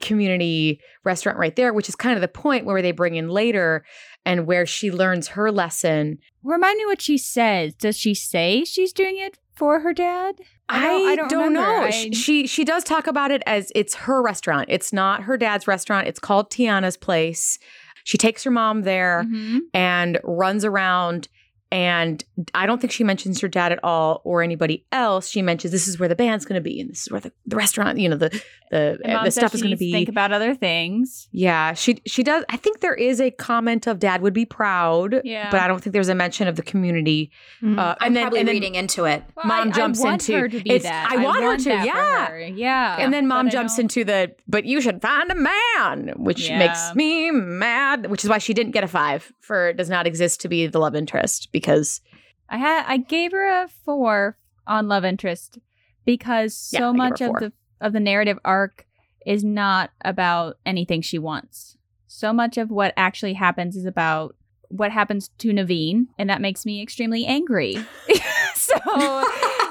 community restaurant right there, which is kind of the point where they bring in later and where she learns her lesson.
Remind me what she says. Does she say she's doing it for her dad? I don't- I don't remember.
know.
I-
She- she she does talk about it as it's her restaurant. It's not her dad's restaurant. It's called Tiana's Place. She takes her mom there
Mm-hmm.
and runs around. And I don't think she mentions her dad at all or anybody else. She mentions this is where the band's going to be and this is where the, the restaurant, you know, the uh, the,
And Mom
the
says
stuff
she
is going to
needs
be.
Think about other things.
yeah, she she does. I think there is a comment of dad would be proud,
Yeah. Mm-hmm.
but I don't think there's a mention of the community. Uh,
I'm
and then-
probably
and then-
reading into it.
Mom jumps
I want
into-
her to be
it's-
that.
I want her to,
that for
yeah.
her. yeah.
and then mom
but I
jumps
don't-
into the but you should find a man which
Yeah.
makes me mad which is why she didn't get a five for does not exist to be the love interest because
I had I gave her a four on love interest because
Yeah, I
so
gave her
much
a
of
four.
the of the narrative arc is not about anything she wants. So much of what actually happens is about what happens to Naveen, and that makes me extremely angry. so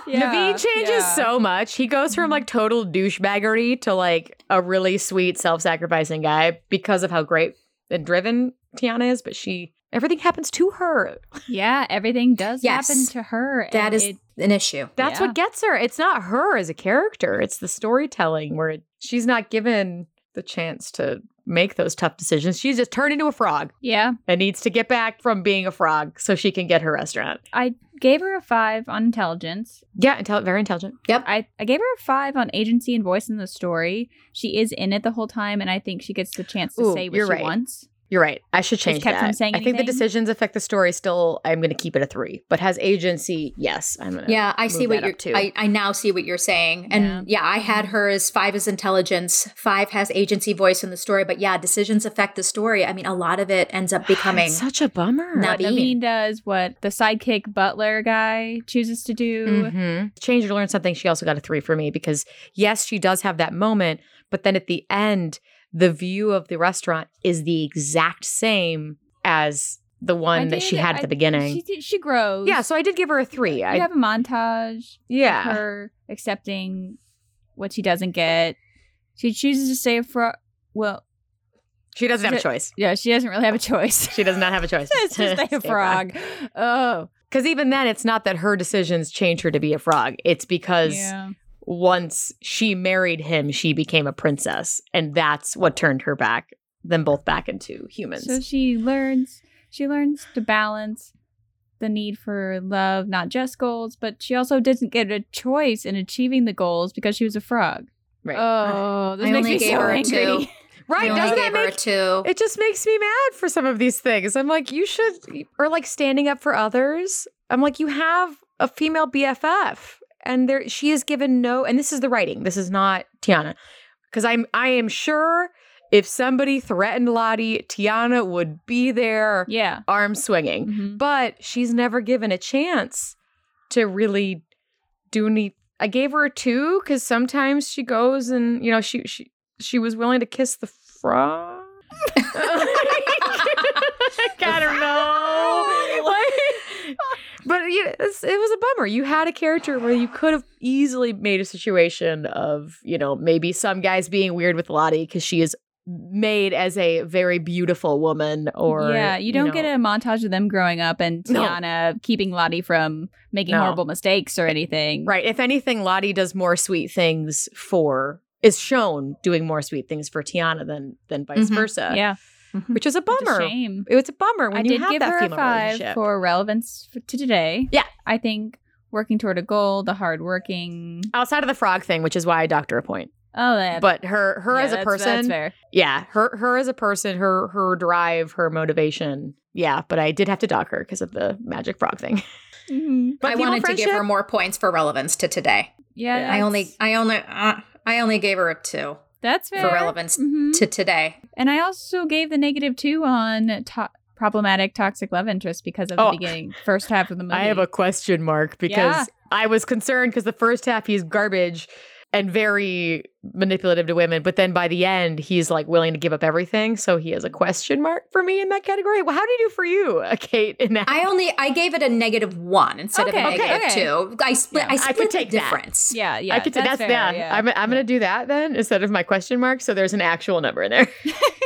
yeah,
Naveen changes
yeah.
so much he goes from like total douchebaggery to like a really sweet self-sacrificing guy because of how great and driven Tiana is but she everything happens to her
Yeah, everything does
Yes.
happen to her.
That
and
is
it-
an issue.
that's
Yeah.
what gets her it's not her as a character it's the storytelling where it, she's not given the chance to make those tough decisions she's just turned into a frog
yeah.
and needs to get back from being a frog so she can get her restaurant.
I gave her a five on intelligence.
Yeah, intel- very intelligent.
I, I gave her a five on agency and voice in the story. She is in it the whole time, and I think she gets the chance to
Ooh,
say what she
you're right.
wants.
You're right. I should change
kept
that.
from saying
I think the
anything?
decisions affect the story. Still, I'm going to keep it a three. But has agency? Yes, I'm going to.
Yeah, I
move
see what
that
you're.
up too.
I, I now see what you're saying, and yeah. I had her as five is intelligence, five has agency, voice in the story, but yeah, decisions affect the story. I mean, a lot of it ends up becoming
It's such a bummer.
Not- Naveen.
Naveen does what the sidekick butler guy chooses to do.
Mm-hmm.
Mhm.
change or learn something, she also got a three for me because yes, she does have that moment, but then at the end, the view of the restaurant is the exact same as the
I
one that she
did-
had
I-
at the beginning.
She, did- she grows.
yeah, so I did give her a three. I,
you have a montage.
yeah.
of her accepting what she doesn't get. She chooses to stay for well,
she doesn't have a
Th-
choice.
yeah, she doesn't really have a choice.
She does not have a choice.
it's just like a frog. Oh,
Because even then, it's not that her decisions change her to be a frog. It's because
yeah.
once she married him, she became a princess, and that's what turned her back, them both back into humans.
So she learns. She learns to balance the need for love, not just goals, but she also doesn't get a choice in achieving the goals because she was a frog.
right.
Oh, this
I
makes
only
me
gave
so
her a
angry.
two.
right.
I only
Doesn't that
gave her a
make
two.
It just makes me mad for some of these things. I'm like, you should, or like standing up for others. I'm like, you have a female BFF, and there she is given no. And this is the writing. This is not Tiana, because I'm I am sure if somebody threatened Lottie, Tiana would be there,
Yeah.
arm swinging.
Mhm.
But she's never given a chance to really do any. I gave her a two because sometimes she goes and you know she she she was willing to kiss the frog. I don't know. Like, but you know, it's, it was a bummer. You had a character where you could have easily made a situation of, you know, maybe some guys being weird with Lottie because she is made as a very beautiful woman or.
yeah, you don't
know,
get a montage of them growing up and
No.
Tiana keeping Lottie from making
No.
horrible mistakes or anything.
Right. If anything, Lottie does more sweet things for, is shown doing more sweet things for Tiana than, than vice
Mhm.
versa.
Mm-hmm. Yeah.
Which is a
It's a
bummer.
shame.
It was a bummer when
I
you
did
have
give
that
her a
female
five
relationship.
for relevance f- to today.
Yeah.
I think working toward a goal, the hardworking.
Outside of the frog thing, which is why I docked her a point.
Oh, that.
But her her
yeah,
as a
that's-
person,
That's fair.
yeah, her her as a person, her her drive, her motivation, yeah. But I did have to dock her because of the magic frog thing.
Mhm.
But
I
female
wanted to give
friendship-
her more points for relevance to today.
Yeah.
Yeah.
that's-
I only, I only, uh, I only gave her a two
That's fair.
for relevance
Mhm.
to today.
And I also gave the negative two on to- problematic toxic love interest because of
Oh.
the beginning, first half of the movie.
I have a question mark because
Yeah.
I was concerned because the first half he's garbage and very manipulative to women, but then by the end he's like willing to give up everything. So he has a question mark for me in that category. Well, how did he do for you, uh, Kate? In that,
I only, I gave it a negative one instead
Okay,
of a
okay,
negative
okay.
two. I split,
Yeah,
I
I could
split the
take that.
difference.
Yeah, yeah.
I could say
that's fair,
that's, yeah.
yeah.
I'm I'm gonna do that then instead of my question mark. So there's an actual number in there.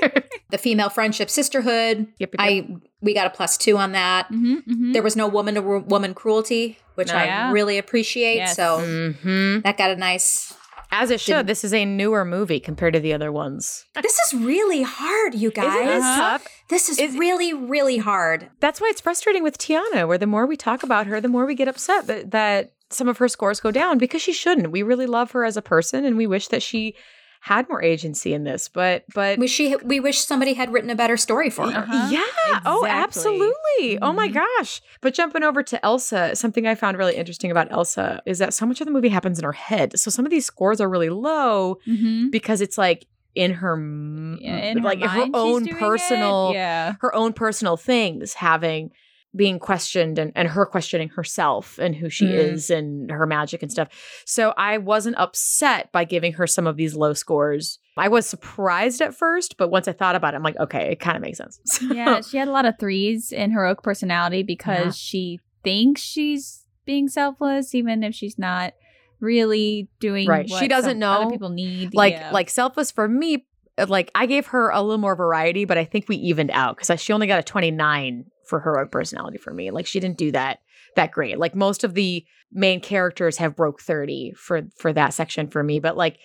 yep,
The female friendship sisterhood.
yep, yep.
I, we got a plus two on that.
Mhm, mhm.
There was no woman to wo- woman cruelty, which
Yeah.
I really appreciate.
Yes.
So
Mm-hmm.
that got a nice.
As it should.
Didn't-
This is a newer movie compared to the other ones.
This is really hard, you guys.
Isn't this
Uh-huh.
tough?
This is,
Is-
really, really hard.
That's why it's frustrating with Tiana, where the more we talk about her, the more we get upset that, that some of her scores go down because she shouldn't. We really love her as a person and we wish that she had more agency in this. But but
We she, we wish somebody had written a better story for her.
Uh-huh.
Yeah. Oh,
Exactly.
absolutely. Oh my
Mhm.
gosh. But jumping over to Elsa, something I found really interesting about Elsa is that so much of the movie happens in her head. So some of these scores are really low
Mhm.
because it's like in her m-
Yeah, in her
Mm-hmm. like her
mind, she's
own
doing it.
personal
Yeah.
her own personal things having being questioned and, and her questioning herself and who she
Mm.
is and her magic and stuff. So I wasn't upset by giving her some of these low scores. I was surprised at first, but once I thought about it, I'm like, okay, it kind of makes sense.
yeah, she had a lot of threes in her oak personality because
Yeah.
she thinks she's being selfless, even if she's not really doing
Right.
what
She doesn't
some other
know.
people need.
like
yeah.
like selfless for me uh, like i gave her a little more variety but i think we evened out because she only got a 29 for her own personality for me like she didn't do that that great like most of the main characters have broke 30 for for that section for me but like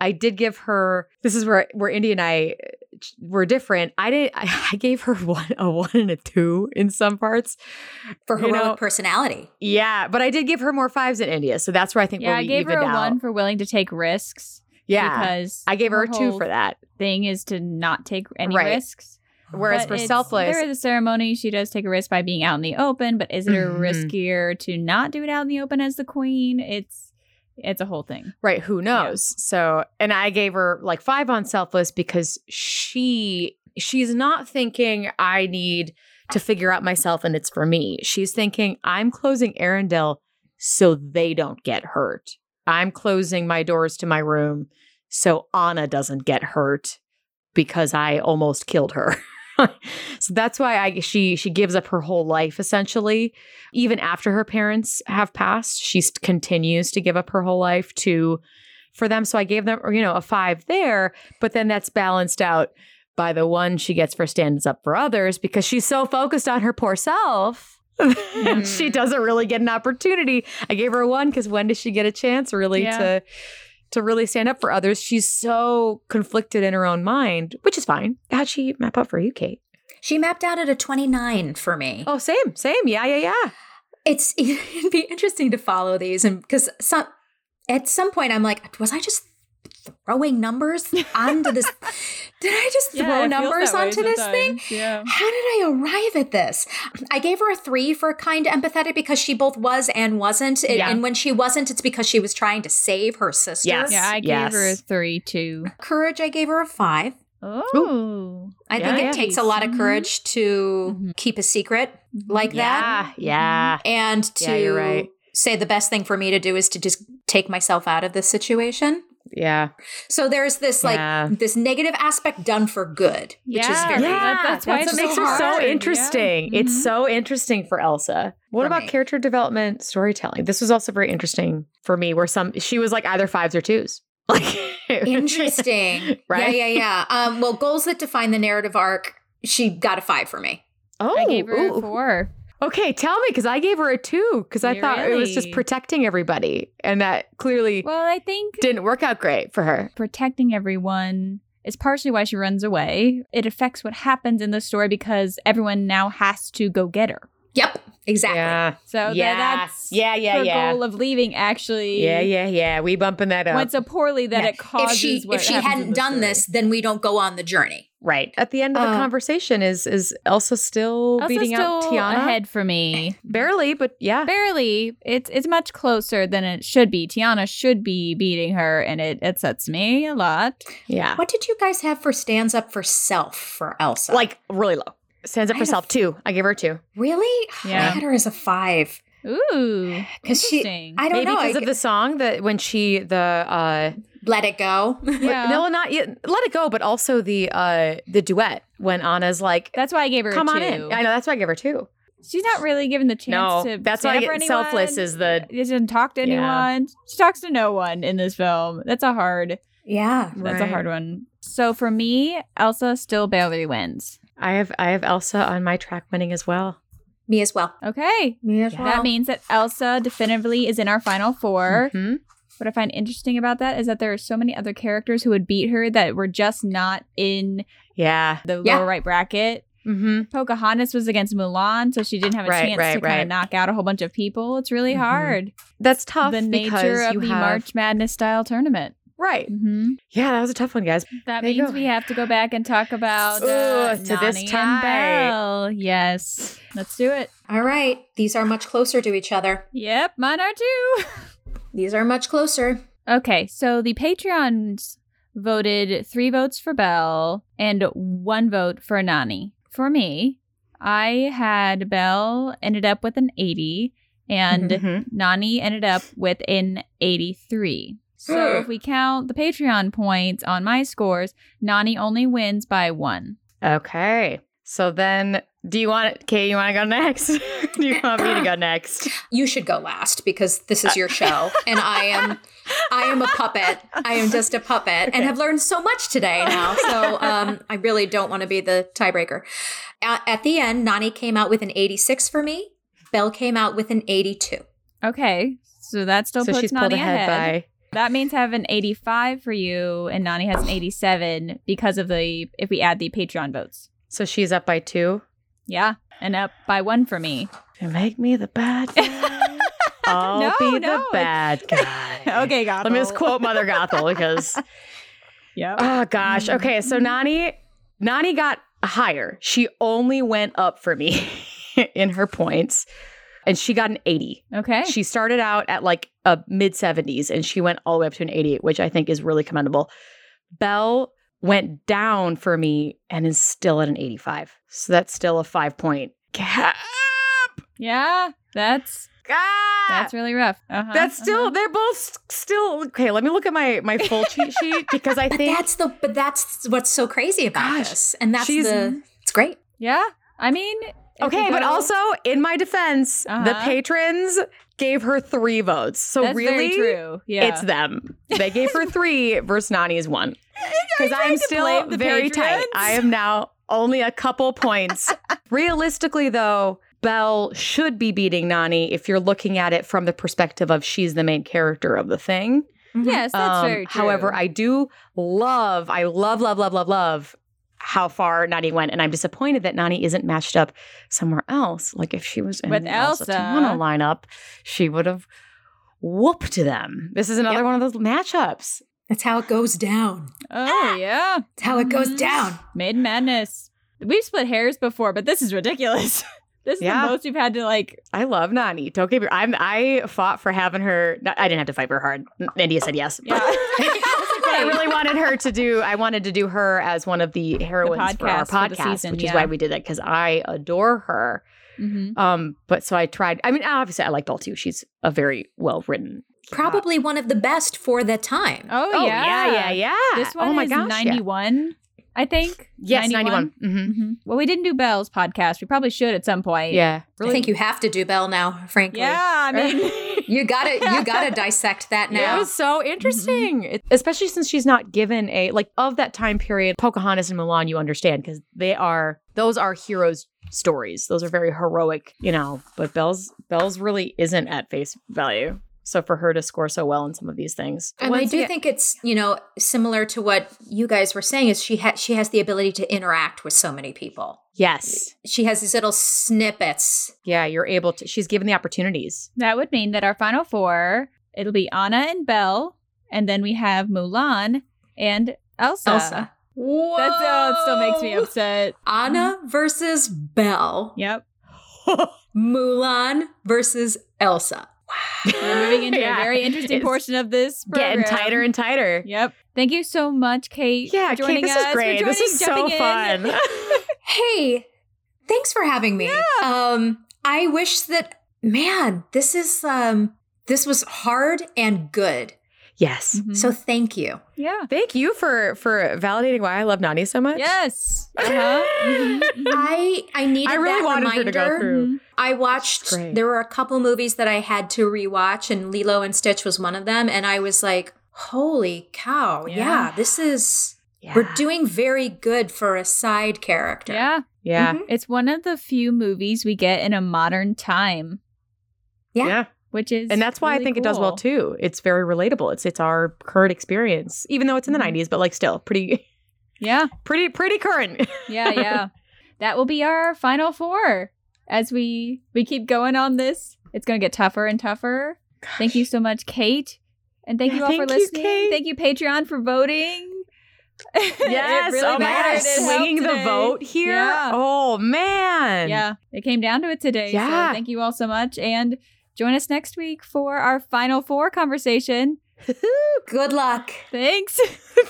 i did give her this is where where indy and i uh, ch- were different i didn't i, I gave her one a one and a two in some parts
for
You
heroic
know-
personality.
yeah but i did give her more fives in india so that's where i think
yeah,
where
I
we
gave her
evened
a
out.
one for willing to take risks.
yeah
because
i gave her a two
whole
for that
Thing is to not take any
Right.
risks.
Whereas
But
for
it's-
selfless,
there is a ceremony. She does take a risk by being out in the open, but is it
Mhm.
riskier to not do it out in the open as the queen? It's it's a whole thing.
Right, who knows? So, and I gave her like 5 on selfless because she she's not thinking I need to figure out myself and it's for me. She's thinking I'm closing Arendelle so they don't get hurt. I'm closing my doors to my room so Anna doesn't get hurt because I almost killed her. so that's why I she she gives up her whole life essentially. Even after her parents have passed, she st- continues to give up her whole life to for them. So I gave them, you know, a 5 there, but then that's balanced out by the one she gets for stands up for others because she's so focused on her poor self. that she doesn't really get an opportunity. I gave her a one because when does she get a chance really
Yeah.
to to really stand up for others? She's so conflicted in her own mind, which is fine. How'd she map up for you, Kate?
She mapped out at a 29 for me.
Oh, same, same. Yeah, yeah, yeah.
It's it'd be interesting to follow these and because some at some point I'm like, was I just throwing numbers onto this? Did I just throw numbers onto this thing?
Yeah.
How did I arrive at this? I gave her a three for kind, empathetic because she both was and wasn't. And,
Yeah.
and when she wasn't, it's because she was trying to save her sister.
Yes.
Yeah, I gave
Yes.
her a three two.
Courage, I gave her a five.
Oh.
I
Yeah,
think it
yeah.
takes a lot of
Mhm.
courage to
Mhm.
keep a secret like that
Mm-hmm. Yeah, yeah.
and to
Mm-hmm.
Yeah, you're right.
say the best thing for me to do is to just take myself out of this situation.
Yeah.
So there's this like
Yeah.
this negative aspect done for good, which is very
Yeah.
that- that's why
that's
it's
what
makes
so
her so
hard.
interesting.
Yeah.
It's
Mhm.
so interesting for Elsa. What
For
about
me.
character development, storytelling? This was also very interesting for me, where some she was like either fives or twos. Like
interesting.
Right?
Yeah, yeah, yeah. Um, well, goals that define the narrative arc. She got a five for me.
Oh,
I gave her
ooh.
a four.
Okay, tell me because I gave her a two because I thought it was just
Really?
protecting everybody, and that clearly
Well, I think
didn't work out great for her.
protecting everyone is partially why she runs away. It affects what happens in the story because everyone now has to go get her.
Yep, exactly.
So yeah, that's
yeah, yeah,
her
yeah,
goal of leaving actually.
yeah, yeah, yeah. We bumping that up.
Went so poorly that
Yeah.
it
If
causes
she
what
if she
happens in
hadn't
the
done
story.
this, then we don't go on the journey.
right at the end of the
Uh,
conversation is is Elsa still
Oh. Elsa's
beating out
still
Tiana?
ahead for me.
Barely, but yeah.
Barely. It's it's much closer than it should be. Tiana should be beating her, and it upsets me a lot.
Yeah.
What did you guys have for stands up for self for Elsa?
Like really low. Stands up
I
for
had a
self two. I gave her two.
really? I
Yeah.
had her as a five
Ooh,
because she.
interesting.
I don't
Maybe
know.
because
I-
of the song that when she the uh
let it go.
yeah.
no not yet let it go, but also the uh the duet when Anna's like
that's why I gave her.
come
a two.
on in. I know that's why I gave her two.
She's not really given the chance
no,
to.
that's why
stand
I
for
get
anyone.
selfless is the
She doesn't talk to
Yeah.
anyone. She talks to no one in this film. That's a hard.
yeah.
That's a
Right.
hard one. So for me, Elsa still barely wins.
I have I have Elsa on my track winning as well.
Me as well.
Okay.
Me as
That means that Elsa definitively is in our final 4
Mhm.
What I find interesting about that is that there are so many other characters who would beat her that were just not in
Yeah.
the
Yeah.
lower right bracket.
Mm-hmm.
Pocahontas was against Mulan, so she didn't have a
Right,
chance
right,
to kind
right.
of knock out a whole bunch of people. It's really
Mhm.
hard.
That's tough.
the nature
because
of
you
the
have-
March Madness style tournament.
Right.
hmm
Yeah, that was a tough one, guys.
That
There you
means
go.
we have to go back and talk about
Ooh,
uh,
to this
Nani
tie.
and Belle. Yes, let's do it.
All right. These are much closer to each other.
Yep, mine are too.
These are much closer.
Okay, so the Patreons voted three votes for Belle and one vote for Nani. For me, I had Belle ended up with an 80 and
Mhm.
Nani ended up with an 83. So if we count the Patreon points on my scores, Nani only wins by one.
Okay. So then, do you want it, Kate? You want to go next? do you want me to go next?
You should go last because this is your show and I am I am a puppet. I am just a puppet and have learned so much today now. So um, I really don't want to be the tiebreaker. A- at the end, Nani came out with an 86 for me. Belle came out with an 82.
Okay, so that still
so
puts
she's pulled
Nani
ahead by.
That means have an 85 for you, and Nani has an 87 because of the if we add the Patreon votes.
So she's up by two.
Yeah, and up by one for me.
You make me the bad. guy. I'll
No,
be the
no.
bad guy.
Gothel.
Let me just quote Mother Gothel because
Yeah.
oh gosh. Okay, so Nani, Nani got higher. She only went up for me in her points, and she got an 80.
Okay.
She started out at like a mid 70s and she went all the way up to an 88, which I think is really commendable. Belle went down for me and is still at an 85. So that's still a five point gap.
yeah. That's
Ah!
that's really rough. Uh-huh,
That's still.
uh-huh.
They're both s- still. Okay, let me look at my my full cheat sheet because I
But
But
think
that's the but that's what's so crazy about
Gosh,
this. And that's
she's-
the it's great.
Yeah. I mean. if you
Okay, but
go-
also in my defense, the
Uh-huh.
patrons gave her three votes. So
that's very
really,
true. Yeah.
it's them. They gave her three versus Nani is one. Because
trying
I'm
to blame
still
the
very tight.
patrons?
I am now only a couple points. Realistically, though, Belle should be beating Nani if you're looking at it from the perspective of she's the main character of the thing.
Mm-hmm.
yes, that's
Um,
very true.
However, I do love, I love, love, love, love, love how far Nani went, and I'm disappointed that Nani isn't matched up somewhere else. Like if she was in
With
the Elsa
Elsa.
Tawano lineup, she would have whooped them. This is another
Yep.
one of those matchups.
That's how it goes down.
oh yeah,
That's how it goes
Mm-hmm.
Mhm.
down.
Maiden Madness. We've split hairs before, but this is ridiculous. this is
Yeah.
the most we've had to like.
I love Nani. Don't get me. I'm. I fought for having her. no, I didn't have to fight for her hard. India said yes.
Yeah.
But I really wanted her to do. I wanted to do her as one of the heroines for our
podcast for the
podcast,
season,
which is
yeah.
why we did that because I adore her.
Mhm.
Um, but so I tried. I mean, obviously, I like Belle too. She's a very well written.
Probably one of the best for the time.
Oh, yeah,
yeah, yeah, yeah.
This one
oh my
is
gosh, yeah.
ninety one, I think.
Yes, ninety-one. Mhm.
Mhm. Well, we didn't do Bell's podcast. We probably should at some point.
Yeah,
I think you have to do Bell now, frankly.
Yeah, I mean,
You gotta you gotta dissect that
It
now.
was so interesting, It- especially since she's not given a like of that time period. Pocahontas and Mulan, you understand because they are those are heroes stories. Those are very heroic, you know. But Belle's Belle's really isn't at face value. So for her to score so well in some of these things,
And I
Once
do
again-
think it's, you know, similar to what you guys were saying is she ha- she has the ability to interact with so many people.
yes,
She has these little snippets.
yeah, you're able to. She's given the opportunities.
that would mean that our final four it'll be Anna and Belle, and then we have Mulan and Elsa.
Elsa. Uh, Whoa.
That's oh, it still makes me Mm-hmm. upset.
Anna versus Belle.
Yep.
Mulan versus Elsa.
We're moving into
Yeah.
a very interesting
It's
portion of this.
Getting
program.
tighter and tighter.
Yep. Thank you so much, Kate.
Yeah,
for
Kate,
joining
this
us.
is
for
great. This
joining-
is so
jumping in.
fun.
Hey, thanks for having me. Um I wish that man, this is um this was hard and good.
yes.
Mhm.
So thank you.
yeah.
Thank you for for validating why I love Nani so much.
Yes. Uh-huh. Mhm.
I I needed
I really
that
wanted
reminder.
her to go through.
Mhm.
I watched
Great.
there were a couple movies that I had to rewatch and Lilo and Stitch was one of them and I was like, "Holy cow. Yeah,
Yeah.
this is
Yeah.
we're doing very good for a side character."
Yeah.
yeah.
Mhm.
It's one of the few movies we get in a modern time,
Yeah.
which is
And that's why
really
I think it does well
cool.
too. It's very relatable. It's it's our current experience, even though it's in the
Mhm.
90s, but like still pretty
Yeah.
pretty pretty current.
Yeah, yeah. that will be our final four as we we keep going on this. It's going to get tougher and tougher. Thank you so much, Kate. And thank
Yeah,
you all for
thank you,
listening.
Kate.
thank you, Patreon, for voting.
Yes,
it really
oh my
mattered.
gosh,
It helped
swinging the
today.
vote here.
Yeah.
Oh man.
Yeah, it came down to it today.
Yeah.
So thank you all so much. And join us next week for our final four conversation.
Good luck.
Thanks.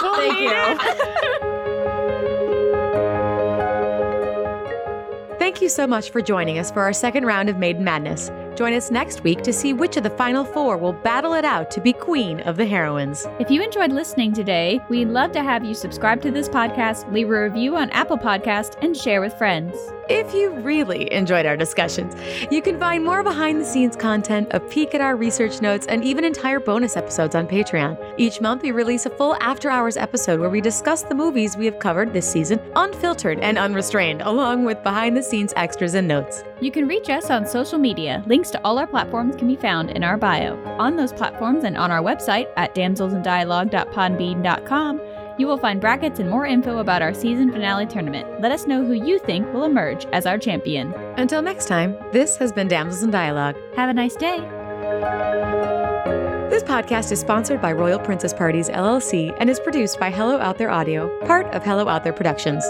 We'll
Thank
need
you.
it. Thank you so much for joining us for our second round of Maiden Madness. Join us next week to see which of the final four will battle it out to be queen of the heroines.
If you enjoyed listening today, we'd love to have you subscribe to this podcast, leave a review on Apple Podcast, and share with friends.
If you really enjoyed our discussions, you can find more behind the scenes content, a peek at our research notes, and even entire bonus episodes on Patreon. Each month, we release a full after hours episode where we discuss the movies we have covered this season, unfiltered and unrestrained, along with behind the scenes extras and notes.
You can reach us on social media. Links to all our platforms can be found in our bio. On those platforms and on our website at damselsanddialogue.podbean.com, you will find brackets and more info about our season finale tournament. Let us know who you think will emerge as our champion.
Until next time, this has been Damsels in Dialogue.
Have a nice day.
This podcast is sponsored by Royal Princess Parties LLC and is produced by Hello Out There Audio, part of Hello Out There Productions.